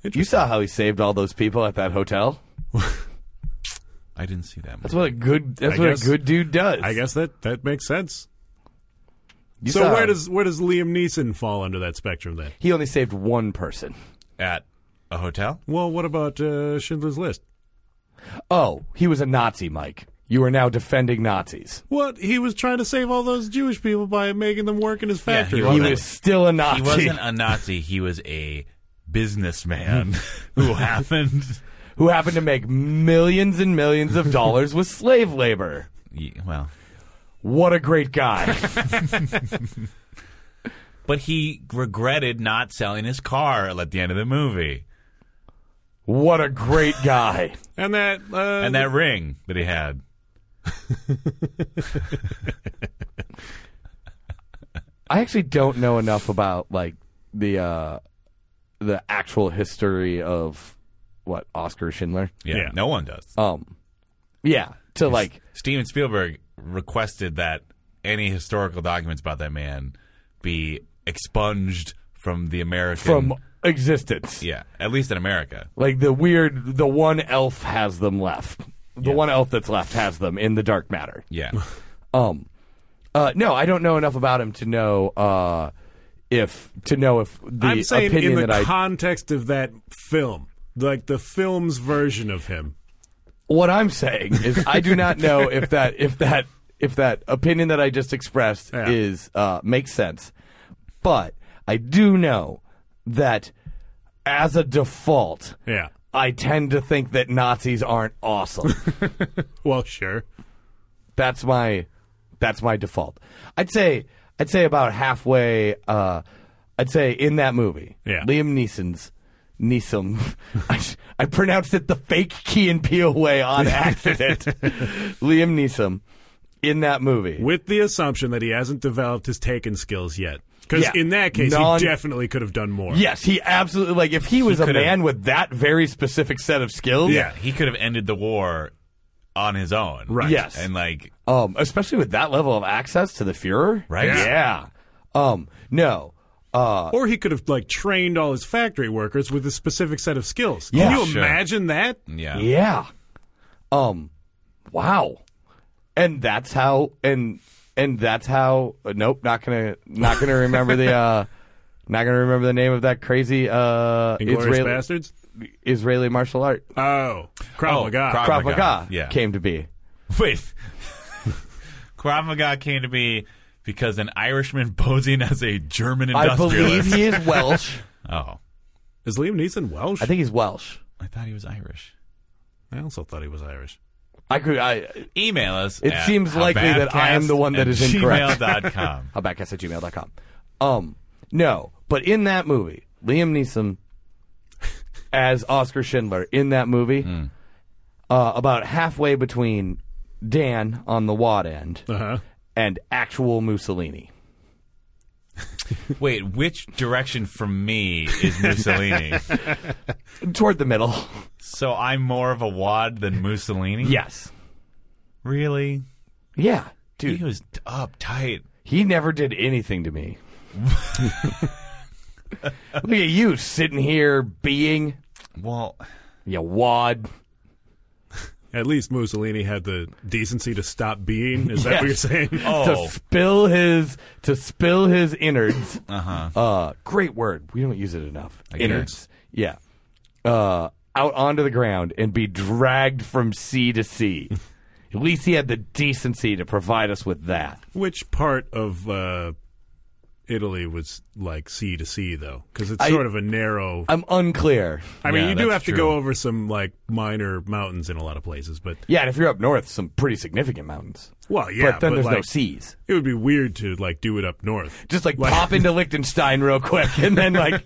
S1: You saw how he saved all those people at that hotel.
S3: I didn't see that.
S1: That's what a good. That's
S2: I
S1: what
S2: guess-
S1: a good dude does.
S2: I guess that that makes sense.
S1: You
S2: so
S1: saw-
S2: where does where does Liam Neeson fall under that spectrum then?
S1: he only saved one person?
S3: At a hotel?
S2: Well, what about uh, Schindler's List?
S1: Oh, he was a Nazi, Mike. You are now defending Nazis.
S2: What he was trying to save all those Jewish people by making them work in his
S3: Yeah,
S2: factory.
S3: he
S1: He
S3: wasn't-
S1: was still a Nazi.
S3: He wasn't a Nazi. He was a businessman who happened.
S1: who happened to make millions and millions of dollars with slave labor.
S3: Ye- Well,
S1: What a great guy.
S3: but he regretted not selling his car at the end of the movie
S1: what a great guy.
S2: and that uh,
S3: and that ring that he had.
S1: I actually don't know enough about like the uh the actual history of what Oscar Schindler.
S3: Yeah, Uh,
S2: Yeah.
S3: no one does.
S1: Um yeah, to like
S3: Steven Spielberg requested that any historical documents about that man be expunged from the American
S1: from existence.
S3: yeah, at least in America.
S1: Like the weird the one elf has them left. The one elf that's left has them in the dark matter.
S3: Yeah.
S1: Um, uh, no, I don't know enough about him to know uh, if to know if the
S2: I'm saying
S1: opinion
S2: in the
S1: that I
S2: context of that film, like the film's version of him.
S1: what I'm saying is I do not know if that if that if that opinion that I just expressed
S2: Yeah.
S1: is uh, makes sense, but I do know that as a default,
S2: Yeah.
S1: I tend to think that Nazis aren't awesome.
S2: Well, sure.
S1: that's my that's my default. I'd say I'd say about halfway. Uh, I'd say in that movie,
S2: Yeah.
S1: Liam Neeson's Neeson. I, I pronounced it the fake Key and Peele way on accident. Liam Neeson in that movie.
S2: With the assumption that he hasn't developed his taken skills yet. Because
S1: Yeah.
S2: in that case,
S1: Non-
S2: he definitely could have done more.
S1: Yes, he absolutely like if he was a
S3: could've-
S1: man with that very specific set of skills.
S2: Yeah.
S3: He could have ended the war on his own.
S2: Right.
S1: Yes.
S3: And like
S1: Um, especially with that level of access to the Fuhrer.
S3: Right.
S1: Yeah. Um, no. Uh,
S2: Or he could have like trained all his factory workers with a specific set of skills.
S1: Yeah,
S2: Can you
S3: sure.
S2: imagine that?
S3: yeah.
S1: Yeah. Um. Wow. And that's how. And and that's how. uh, nope. Not gonna. Not gonna remember the. uh Not gonna remember the name of that crazy uh
S2: Inglorious
S1: Israeli
S2: bastards.
S1: Israeli martial art.
S2: Oh, Krav
S3: Oh,
S2: Maga.
S3: Krav-
S1: Krav
S3: Maga,
S1: Maga
S3: yeah.
S1: came to be.
S3: Wait. Krav Maga came to be because an Irishman posing as a German
S1: I believe
S3: industrialist.
S1: he is Welsh.
S3: oh.
S2: Is Liam Neeson Welsh?
S1: I think he's Welsh.
S3: I thought he was Irish.
S2: I also thought he was Irish.
S1: I could. I
S3: Email us.
S1: It
S3: at
S1: seems likely that I am the one that is incorrect.
S3: Gmail.com.
S1: howbackass at gmail.com. Um, no, but in that movie, Liam Neeson as Oscar Schindler in that movie,
S3: Hmm.
S1: uh, about halfway between Dan on the wad end
S2: Uh huh.
S1: and actual Mussolini.
S3: Wait, which direction from me is Mussolini?
S1: Toward the middle.
S3: so I'm more of a wad than Mussolini?
S1: Yes.
S3: Really?
S1: Yeah.
S3: He
S1: Dude,
S3: was t- uptight.
S1: he never did anything to me. Look at you sitting here being,
S3: Well,
S1: you wad.
S2: At least Mussolini had the decency to stop being. Is that what you're
S1: Yes.
S2: saying?
S3: oh,
S1: to spill his to spill his innards. Uh-huh. great word. We don't use it enough.
S3: I guess.
S1: innards. Yeah. Uh, out onto the ground and be dragged from sea to sea. At least he had the decency to provide us with that.
S2: Which part of uh, Italy was like sea to sea though? Because it's
S1: I-
S2: sort of a narrow.
S1: I'm unclear.
S2: I mean,
S3: Yeah,
S2: you do
S3: that's
S2: have to
S3: true.
S2: go over some like minor mountains in a lot of places, but
S1: Yeah, and if you're up north, some pretty significant mountains.
S2: well, yeah.
S1: but then there's no
S2: like,
S1: seas.
S2: It would be weird to like do it up north.
S1: Just like pop into Liechtenstein real quick, and then like,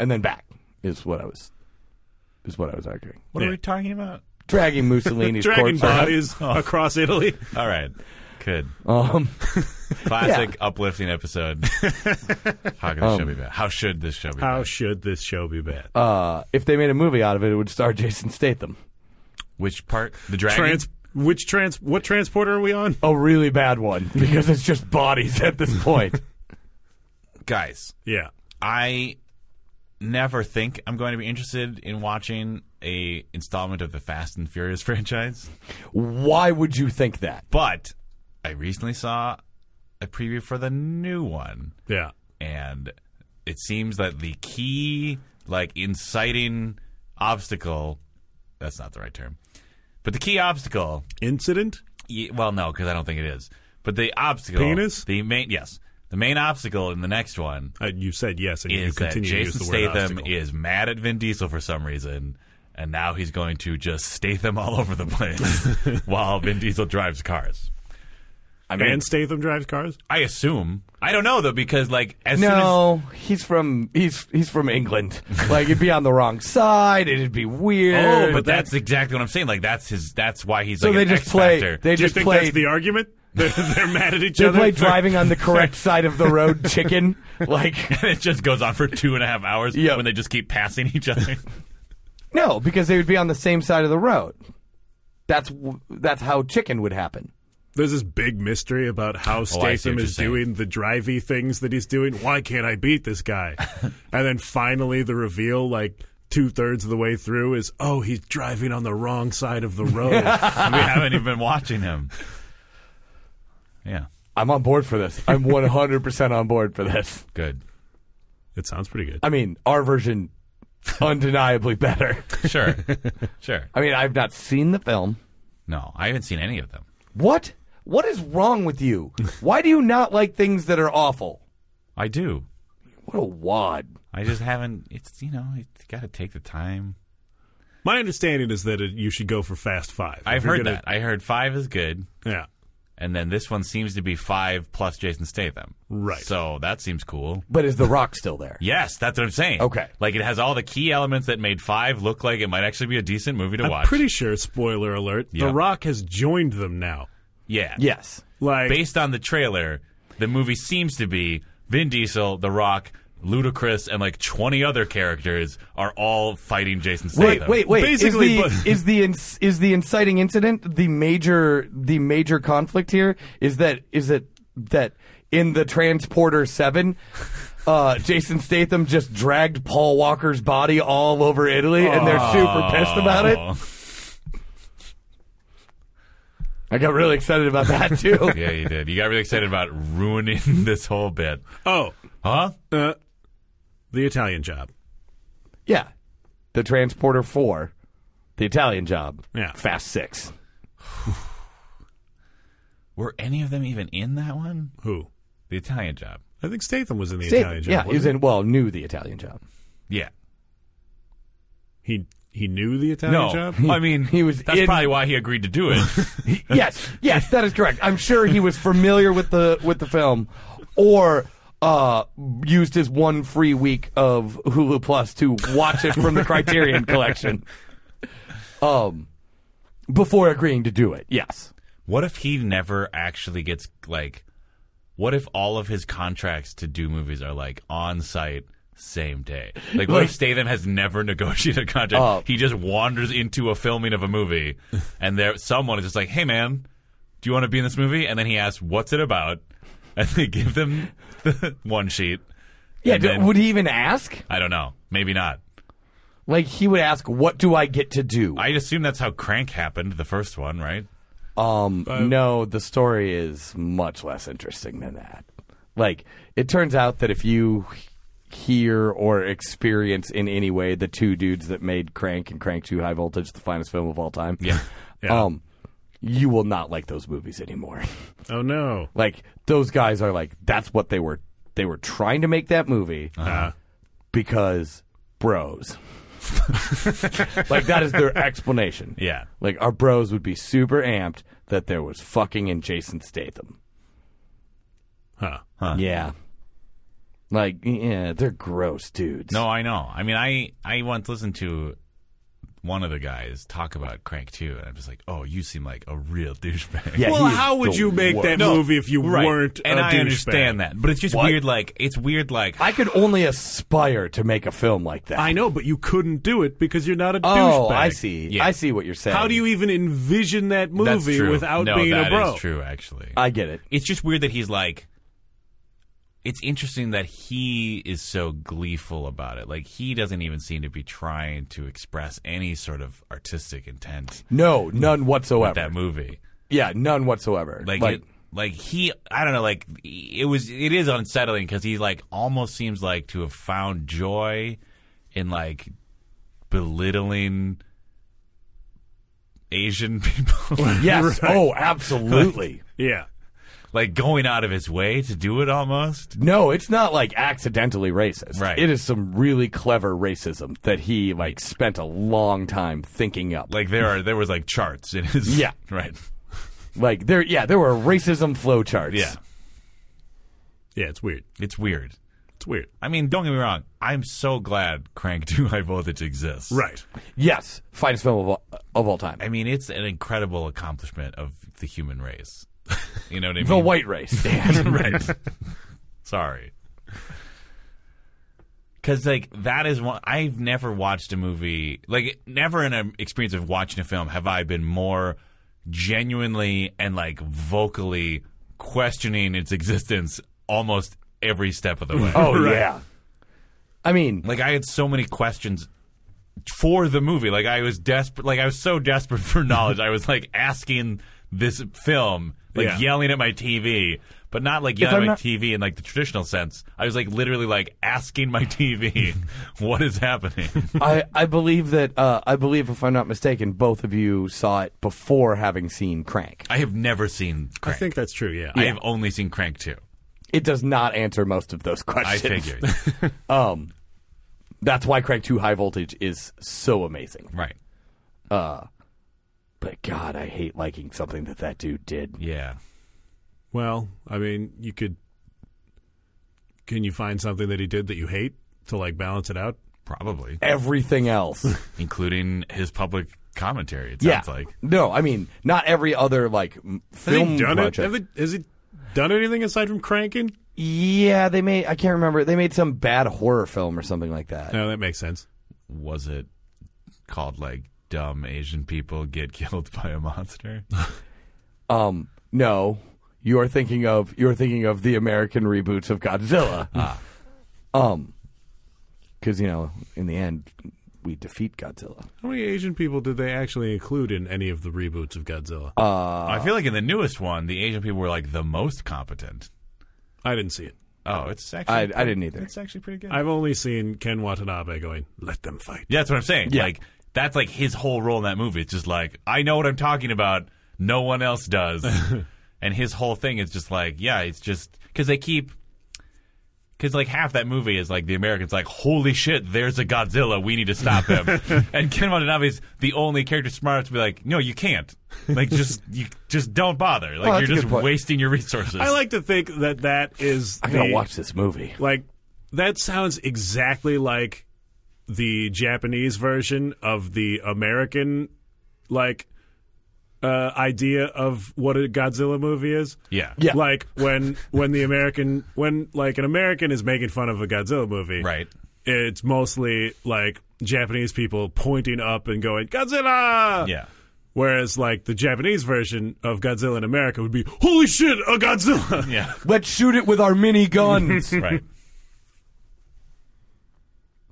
S1: and then back is what I was is what I was arguing.
S3: what
S2: Yeah.
S3: are we talking about?
S1: Dragging Mussolini's
S2: Dragon
S1: corpse. around.
S2: bodies across Italy.
S3: All right. Good.
S1: Um,
S3: Classic uplifting episode. How could this show be bad? How should this show be
S2: Um, How
S3: bad?
S2: should this show be bad?
S1: uh, if they made a movie out of it, it would star Jason Statham.
S3: Which part? The dragon?
S2: Trans. Which trans? What transporter are we on?
S1: A really bad one because it's just bodies at this point.
S3: Guys,
S2: Yeah.
S3: I never think I'm going to be interested in watching a installment of the Fast and Furious franchise,
S1: Why would you think that?
S3: but I recently saw a preview for the new one,
S2: Yeah.
S3: and it seems that the key, like inciting obstacle, that's not the right term, but the key obstacle
S2: Incident.
S3: Ye- well, no, because I don't think it is. But the obstacle,
S2: Penis?
S3: the main, yes, the main obstacle in the next one
S2: Uh, you said yes, and you
S3: is that
S2: continue to use
S3: Jason
S2: the word
S3: Statham
S2: obstacle.
S3: is mad at Vin Diesel for some reason, and now he's going to just Statham all over the place while Vin Diesel drives cars. I mean,
S2: and Statham drives cars.
S3: I assume I don't know though because like as soon
S1: No, he's from he's he's from England. Like it'd be on the wrong side. It'd be weird.
S3: as oh, but that's exactly what I'm saying. Like that's his. That's why he's
S1: so
S3: like
S1: they
S3: an
S1: just
S3: X
S1: play.
S3: Factor.
S1: They
S2: Do you
S1: just
S2: think
S1: play.
S2: that's the argument? They're, they're mad at each
S1: they
S2: other.
S1: play driving on the correct side of the road, chicken. Like
S3: it just goes on for two and a half hours
S1: Yeah.
S3: when they just keep passing each other.
S1: no, because they would be on the same side of the road. That's w- that's how chicken would happen.
S2: There's this big mystery about how
S3: Oh, what
S2: Statham
S3: you're
S2: is
S3: saying.
S2: doing the drivey things that he's doing. Why can't I beat this guy? and then finally, the reveal, like two thirds of the way through, is oh, he's driving on the wrong side of the road.
S3: we haven't even been watching him. Yeah,
S1: I'm on board for this. I'm 100% on board for this.
S3: good.
S2: it sounds pretty good.
S1: I mean, our version undeniably better.
S3: Sure, sure.
S1: I mean, I've not seen the film.
S3: No, I haven't seen any of them.
S1: What? What is wrong with you? Why do you not like things that are awful?
S3: I do.
S1: What a wad.
S3: I just haven't. It's you know, it's got to take the time.
S2: My understanding is that it, you should go for Fast Five. If
S3: I've
S2: you're
S3: heard
S2: gonna-
S3: that. I heard five is good,
S2: Yeah.
S3: and then this one seems to be five plus Jason Statham.
S2: Right.
S3: So that seems cool.
S1: But is The Rock still there?
S3: Yes, that's what I'm saying.
S1: Okay.
S3: Like it has all the key elements that made five look like it might actually be a decent movie to
S2: I'm
S3: watch.
S2: pretty sure, spoiler alert,
S3: Yeah.
S2: The Rock has joined them now.
S3: yeah.
S1: Yes.
S2: Like,
S3: Based on the trailer, the movie seems to be Vin Diesel, The Rock, Ludacris, and like 20 other characters are all fighting Jason Statham.
S1: Wait, wait, wait.
S2: Basically,
S1: is the,
S2: but-
S1: is the ins- is the inciting incident the major the major conflict here? Is that is it that in the Transporter Seven, uh, Jason Statham just dragged Paul Walker's body all over Italy, and they're super pissed about it?
S3: Oh.
S1: I got really excited about that too.
S3: Yeah, you did. You got really excited about ruining this whole bit.
S2: oh,
S3: Huh?
S2: uh, the Italian job.
S1: yeah, the Transporter Four, the Italian job.
S2: Yeah.
S1: Fast Six.
S3: Were any of them even in that one?
S2: Who?
S3: The Italian job.
S2: I think Statham was in the Italian job.
S1: yeah, he was
S2: wasn't
S1: in. Well, knew the Italian job.
S3: Yeah.
S2: He he knew the Italian
S3: no,
S2: job.
S3: I mean
S1: he was
S3: That's
S1: in-
S3: probably why he agreed to do it.
S1: yes, yes, that is correct. I'm sure he was familiar with the with the film, or uh, used his one free week of Hulu Plus to watch it from the Criterion Collection. Um, before agreeing to do it, yes.
S3: what if he never actually gets like? What if all of his contracts to do movies are like on site? Same day. Like, what if Statham has never negotiated a contract?
S1: Oh.
S3: he just wanders into a filming of a movie, and there someone is just like, "Hey, man, do you want to be in this movie?" And then he asks, "What's it about?" And they give them the one sheet.
S1: Yeah,
S3: And
S1: d-
S3: then-
S1: would he even ask?
S3: I don't know. Maybe not.
S1: Like he would ask, "What do I get to do?"
S3: I assume that's how Crank happened, the first one, right?
S1: Um, no, the story is much less interesting than that. Like, it turns out that if you h- hear or experience in any way the two dudes that made Crank and Crank 2 High Voltage the finest film of all time,
S3: Yeah.
S2: Yeah.
S1: um, you will not like those movies anymore.
S2: oh no.
S1: like, those guys are like, that's what they were. They were trying to make that movie
S3: Uh-huh.
S2: Uh,
S1: because bros. like that is their explanation.
S3: Yeah.
S1: Like our bros would be super amped that there was fucking in Jason Statham.
S2: huh.
S1: Yeah. Like yeah, they're gross dudes.
S3: No, I know. I mean, I I once listened to one of the guys talk about Crank 2, and I'm just like, oh, you seem like a real douchebag.
S1: Yeah,
S2: Well,
S1: he is
S2: how would
S1: the
S2: you make
S1: worst.
S2: that movie if you
S3: Right.
S2: weren't?
S3: and
S2: a
S3: I
S2: douchebag?
S3: understand that, but it's just
S1: What?
S3: weird. Like, it's weird. Like,
S1: I could only aspire to make a film like that.
S2: I know, but you couldn't do it because you're not a
S1: oh,
S2: douchebag.
S1: I see.
S3: Yeah.
S1: I see what you're saying.
S2: How do you even envision that
S3: that's
S2: movie
S3: true.
S2: without
S3: no,
S2: being a
S3: that
S2: bro?
S3: is true. Actually,
S1: I get it.
S3: it's just weird that he's like. It's interesting that he is so gleeful about it. Like he doesn't even seem to be trying to express any sort of artistic intent
S1: No, none
S3: with
S1: whatsoever.
S3: that movie.
S1: yeah, none whatsoever.
S3: like it, like he I don't know like it was it is unsettling because he like almost seems like to have found joy in like belittling Asian people
S1: yes. Oh, absolutely.
S2: Yeah.
S3: like going out of his way to do it almost
S1: No, it's not like accidentally racist.
S3: Right.
S1: It is some really clever racism that he like spent a long time thinking up. Like,
S3: like there are there was like charts in his
S1: Yeah.
S3: right
S1: there, yeah, there were racism flowcharts.
S3: yeah
S2: Yeah, it's weird.
S3: it's weird
S2: It's weird.
S3: I mean don't get me wrong I'm so glad Crank 2 High Voltage exists
S2: Right.
S1: Yes, finest film of all, of all time.
S3: I mean it's an incredible accomplishment of the human race you know what I mean
S1: the white race. Dan.
S3: right. Sorry. Because like that is one I've never watched a movie like never in an experience of watching a film have I been more genuinely and like vocally questioning its existence almost every step of the way.
S1: oh yeah. I mean,
S3: Like I had so many questions for the movie. Like I was desperate. Like I was so desperate for knowledge. I was like asking this film, like
S2: Yeah.
S3: yelling at my TV, but not like yelling
S1: I'm
S3: at my
S1: not-
S3: TV in like the traditional sense. I was like literally like asking my TV, what is happening?
S1: I, I believe that uh, I believe if I'm not mistaken, both of you saw it before having seen Crank.
S3: I have never seen Crank.
S2: I think that's true. Yeah.
S3: I have only seen Crank two.
S1: It does not answer most of those
S3: I
S1: questions.
S3: figured.
S1: Um, that's why Crank Two High Voltage is so amazing.
S3: right.
S1: But God, I hate liking something that that dude did.
S3: Yeah.
S2: well, I mean, you could. Can you find something that he did that you hate to like balance it out?
S3: Probably,
S1: Everything else,
S3: including his public commentary. It
S1: yeah.
S3: sounds like
S1: No, I mean not every other like m-
S2: Has
S1: film
S2: he done
S1: project.
S2: it? Have they- has he done anything aside from cranking?
S1: yeah, they made. I can't remember. They made some bad horror film or something like that.
S2: No, that makes sense.
S3: was it called like dumb Asian people get killed by a monster?
S1: Uh, Um, no, you are thinking of you are thinking of the American reboots of Godzilla. Um, because you know, in the end, we defeat Godzilla.
S2: How many Asian people did they actually include in any of the reboots of Godzilla?
S1: Uh,
S3: I feel like in the newest one, the Asian people were like the most competent.
S2: I didn't see it.
S3: Oh, it's actually
S1: I, I didn't either.
S3: it's actually pretty good.
S2: I've only seen Ken Watanabe going, "Let them fight."
S3: yeah, that's what I'm saying.
S1: Yeah.
S3: Like that's like his whole role in that movie. It's just like I know what I'm talking about. No one else does. and his whole thing is just like yeah, it's just because they keep Because like half that movie is like the Americans like, holy shit, there's a Godzilla, we need to stop him. and Ken Watanabe's the only character smart enough to be like, no, you can't. Like just you just don't bother. Like
S1: Oh, that's
S3: you're
S1: a
S3: just
S1: good point.
S3: wasting your resources.
S2: I like to think that that is.
S1: I gotta
S2: the-
S1: watch this movie.
S2: Like that sounds exactly like the Japanese version of the American like uh, idea of what a Godzilla movie is.
S3: Yeah.
S1: Yeah.
S2: Like when when the American when like an American is making fun of a Godzilla movie.
S3: Right.
S2: It's mostly like Japanese people pointing up and going Godzilla.
S3: Yeah.
S2: Whereas like the Japanese version of Godzilla in America would be holy shit a Godzilla.
S3: Yeah.
S1: Let's shoot it with our mini guns.
S3: Right.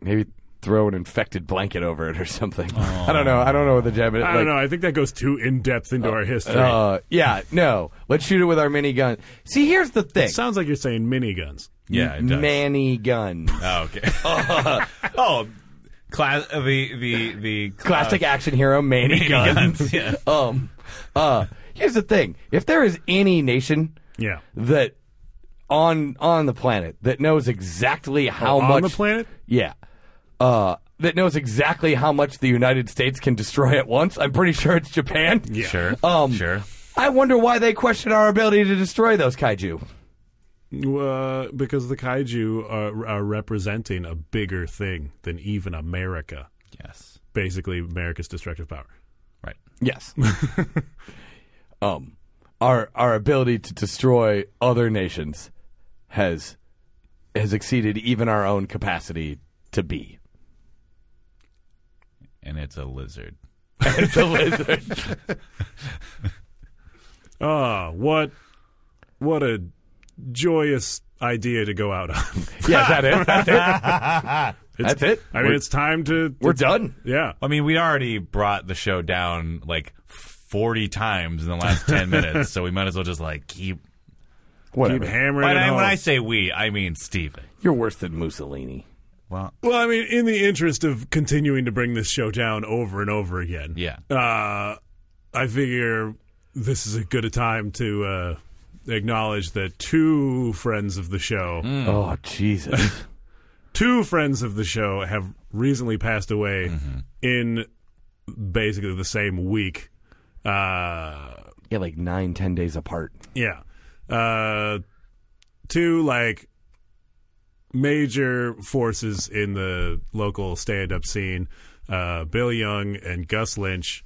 S1: Maybe throw an infected blanket over it or something. I don't know. I don't know what the Japanese.
S2: I don't know. I think that goes too in depth into our history.
S1: Uh, yeah, no. Let's shoot it with our mini gun. See, here's the thing.
S2: Sounds like you're saying miniguns.
S3: Yeah. It does.
S1: Manny gun.
S3: Oh, okay. oh, class. uh, The the the
S1: Classic action hero Manny,
S3: Manny
S1: guns.
S3: guns, yeah.
S1: Um uh here's the thing. If there is any nation
S2: Yeah.
S1: that on on the planet that knows exactly how
S2: Oh, On
S1: much
S2: the planet?
S1: Yeah. Uh that knows exactly how much the United States can destroy at once. I'm pretty sure it's Japan.
S3: Uh, sure.
S1: Um,
S3: sure.
S1: I wonder why they question our ability to destroy those kaiju.
S2: Uh, because the kaiju are, are representing a bigger thing than even America.
S3: Yes.
S2: Basically, America's destructive power.
S3: Right.
S1: Yes. um, our our ability to destroy other nations has has exceeded even our own capacity to be.
S3: And it's a lizard.
S2: Ah, what, what a joyous idea to go out on.
S1: Yeah, is that it? That's it. That's it.
S2: I mean, it's time to.
S1: We're done.
S2: yeah.
S3: I mean, we already brought the show down like forty times in the last ten minutes, so we might as well just like keep.
S2: Keep hammering
S3: When
S2: it
S3: I,
S2: home.
S3: when I say we, I mean Steven.
S1: You're worse than Mussolini.
S3: Well,
S2: Well, I mean, in the interest of continuing to bring this show down over and over again,
S3: Yeah.
S2: uh, I figure this is a good a time to uh, acknowledge that two friends of the show,
S1: Oh Jesus!
S2: two friends of the show, have recently passed away in basically the same week. Uh,
S1: yeah, like nine, ten days apart.
S2: yeah. Uh, two, like, major forces in the local stand up scene, uh, Bill Young and Gus Lynch,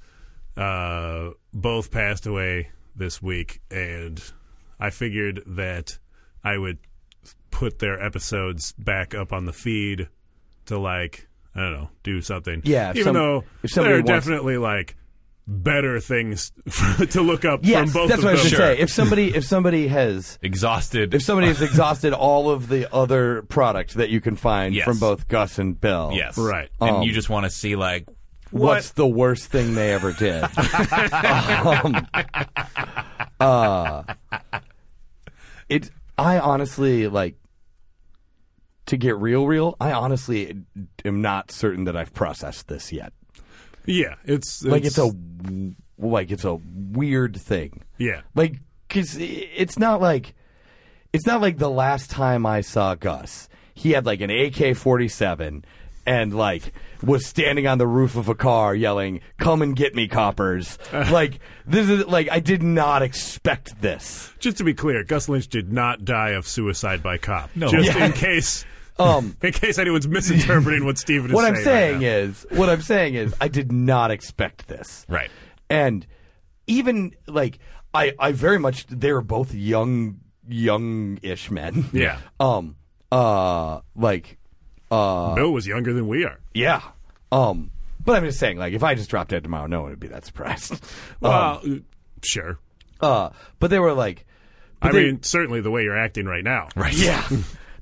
S2: uh, both passed away this week. And I figured that I would put their episodes back up on the feed to, like, I don't know, do something.
S1: Yeah, if some-
S2: Even though
S1: if
S2: there
S1: somebody
S2: are
S1: wants-
S2: definitely, like, better things to look up
S1: Yes,
S2: from both
S1: that's
S2: of
S1: what I
S2: them.
S1: was gonna say. If somebody, if somebody has
S3: exhausted.
S1: if somebody has exhausted all of the other product that you can find
S3: Yes.
S1: from both Gus and Bill,
S3: yes.
S2: Right.
S3: And
S1: Um,
S3: you just want to see like
S1: what's the worst thing they ever did? um, uh, it. I honestly like to get real, real. I honestly am not certain that I've processed this yet.
S2: Yeah, it's,
S1: Like it's a w- like it's a weird thing.
S2: yeah.
S1: Like, cause it's not like, it's not like the last time I saw Gus, he had like an AK forty seven, and like was standing on the roof of a car yelling, "Come and get me, coppers!" like this is like I did not expect this.
S2: Just to be clear, Gus Lynch did not die of suicide by cop. No, just in case,
S1: Um,
S2: in case anyone's misinterpreting what Steven is
S1: what
S2: saying.
S1: I'm saying
S2: right
S1: is, what I'm saying is, I did not expect this.
S3: Right.
S1: And even like I, I very much they were both young, young-ish men.
S2: Yeah.
S1: Um. Uh. Like.
S2: now.
S1: Uh.
S2: Bill was younger than we are.
S1: Yeah. Um. But I'm just saying, like, if I just dropped dead tomorrow, no one would be that surprised.
S2: Well, uh, sure.
S1: uh. But they were like. but
S2: I
S1: they-
S2: mean, certainly the way you're acting right now. Right.
S1: Yeah.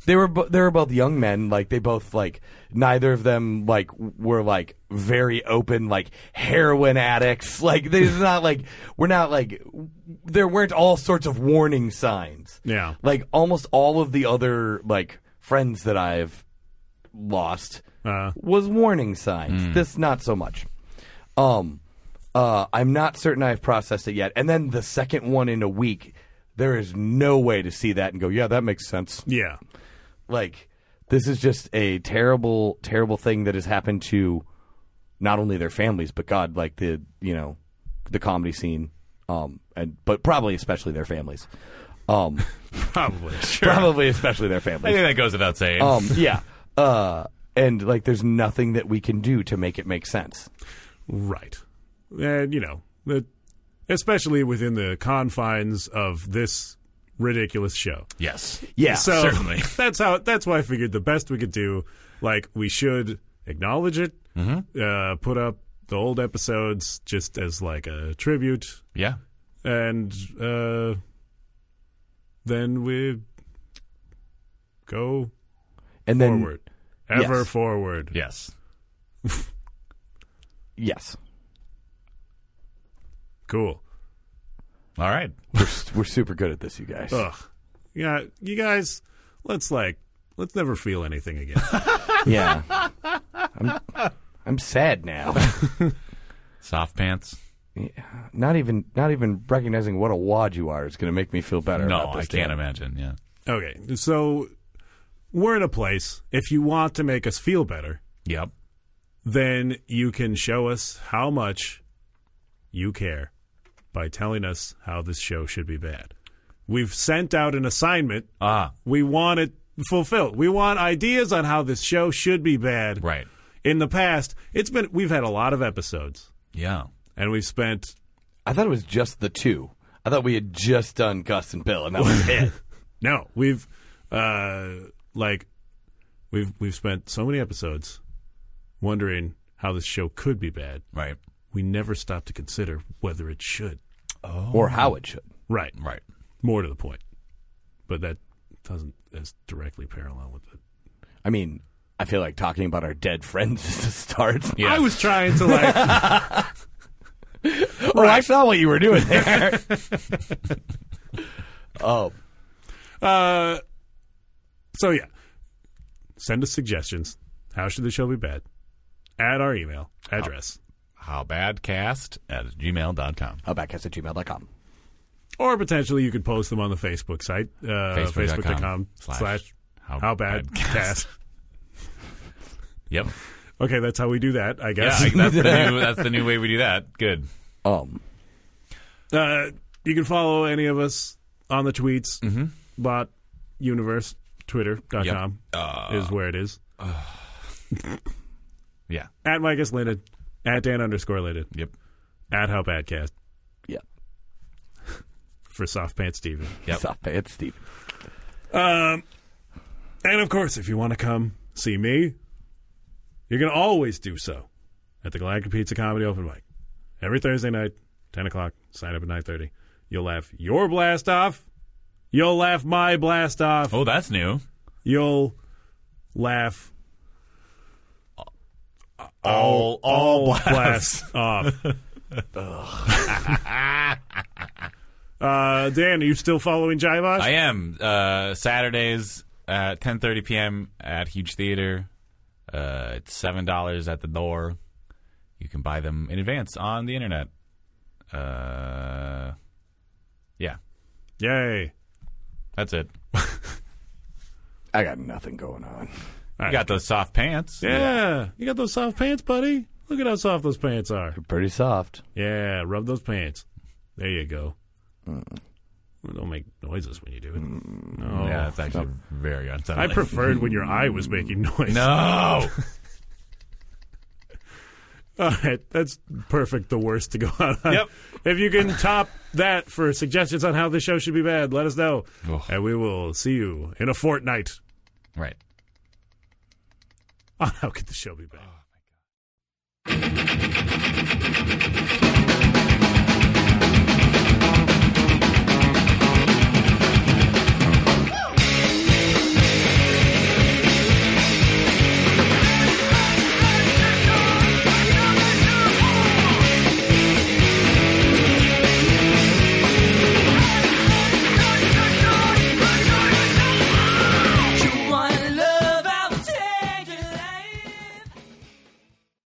S1: They were bo- they were both young men. Like they both like neither of them like were like very open like heroin addicts. Like there's not like we're not like w- there weren't all sorts of warning signs.
S2: Yeah.
S1: Like almost all of the other like friends that I've lost
S2: Uh,
S1: was warning signs. This not so much. Um, uh, I'm not certain I've processed it yet. And then the second one in a week, there is no way to see that and go, yeah, that makes sense.
S2: yeah.
S1: Like this is just a terrible, terrible thing that has happened to not only their families, but God, like the you know, the comedy scene, um, and but probably especially their families, um,
S2: Probably.
S1: probably especially their
S3: I
S1: families.
S3: think that goes without saying.
S1: Um, yeah. Uh, and like, there's nothing that we can do to make it make sense.
S2: Right. And, you know, the, especially within the confines of this ridiculous show.
S3: yes.
S1: Yeah.
S2: so
S3: certainly.
S2: that's how that's why I figured the best we could do like we should acknowledge it, uh, put up the old episodes just as like a tribute
S3: Yeah.
S2: and uh, then we go
S1: and then
S2: forward. Ever
S1: Yes.
S2: forward.
S3: Yes.
S1: yes,
S2: Cool.
S3: All right.
S1: we're super good at this, you guys.
S2: Ugh. Yeah, you guys, let's like let's never feel anything again.
S1: Yeah. I'm, I'm sad now.
S3: Soft pants.
S1: Not even not even recognizing what a wad you are is going to make me feel better.
S3: No,
S1: about
S3: I
S1: this
S3: can't
S1: damn-
S3: imagine. Yeah.
S2: okay. So we're in a place if you want to make us feel better,
S3: Yep.
S2: then you can show us how much you care by telling us how this show should be bad. We've sent out an assignment.
S3: Ah,
S2: We want it fulfilled. We want ideas on how this show should be bad.
S3: right.
S2: In the past, it's been we've had a lot of episodes
S3: Yeah.
S2: and we've spent
S1: I thought it was just the two. I thought we had just done Gus and Bill, and that was it.
S2: No, we've uh like we've we've spent so many episodes wondering how this show could be bad.
S3: Right.
S2: We never stop to consider whether it should.
S1: Or how it should.
S2: Right.
S3: Right.
S2: More to the point. But that doesn't as directly parallel with it.
S1: I mean, I feel like talking about our dead friends is the start.
S3: Yeah.
S2: I was trying to like
S1: Oh, I saw what you were doing there. oh,
S2: uh so yeah. Send us suggestions. How should the show be bad? At our email address.
S3: howbadcast at gmail.com.
S1: outbackcast oh, at gmail.com.
S3: Oh.
S2: Or potentially you could post them on the Facebook site. Uh,
S3: Facebook.com
S2: Facebook.com
S3: slash
S2: slash
S3: How,
S2: How bad? Cast.
S3: Yep.
S2: Okay, that's how we do that, I
S3: Yeah,
S2: guess.
S3: I- that's the, new, that's the new way we do that. Good.
S1: Um,
S2: uh, you can follow any of us on the tweets. Mm-hmm. Bot Universe, Twitter.com
S3: Yep. Uh,
S2: is where it is.
S3: Yeah.
S2: At Micus Linden, at Dan underscore Linden,
S3: Yep.
S2: at How Badcast
S1: yeah.
S2: for Soft Pants Steven.
S3: Yep.
S1: Stop it, Steve.
S2: Um, and of course, if you want to come see me, you can always do so at the Galactic Pizza Comedy Open Mic every Thursday night, ten o'clock. Sign up at nine thirty. You'll laugh your blast off. You'll laugh my blast off.
S3: Oh, that's new.
S2: You'll laugh
S3: All, all,
S2: all
S3: black.
S2: blast off. uh, Dan, are you still following Jaivash?
S3: I am. Uh, Saturdays at 10.30 p.m. at Huge Theater. Uh, it's $7 at the door. You can buy them in advance on the internet. Uh, yeah,
S2: Yay!
S3: that's it.
S1: I got nothing going on.
S3: You got those soft pants.
S2: Yeah, you got those soft pants, buddy. Look at how soft those pants are.
S1: Pretty soft.
S2: Yeah, rub those pants. There you go. Mm. Well, Don't make noises when you do it. No.
S3: Yeah, that's actually very
S2: Oh, I
S3: unsettling.
S2: preferred when your eye was making noise.
S3: No.
S2: All right, that's perfect. The worst to go on.
S3: Yep.
S2: If you can top that for suggestions on how this show should be bad, let us know,
S3: Ugh.
S2: and we will see you in a fortnight
S3: right.
S2: on how could the show be bad.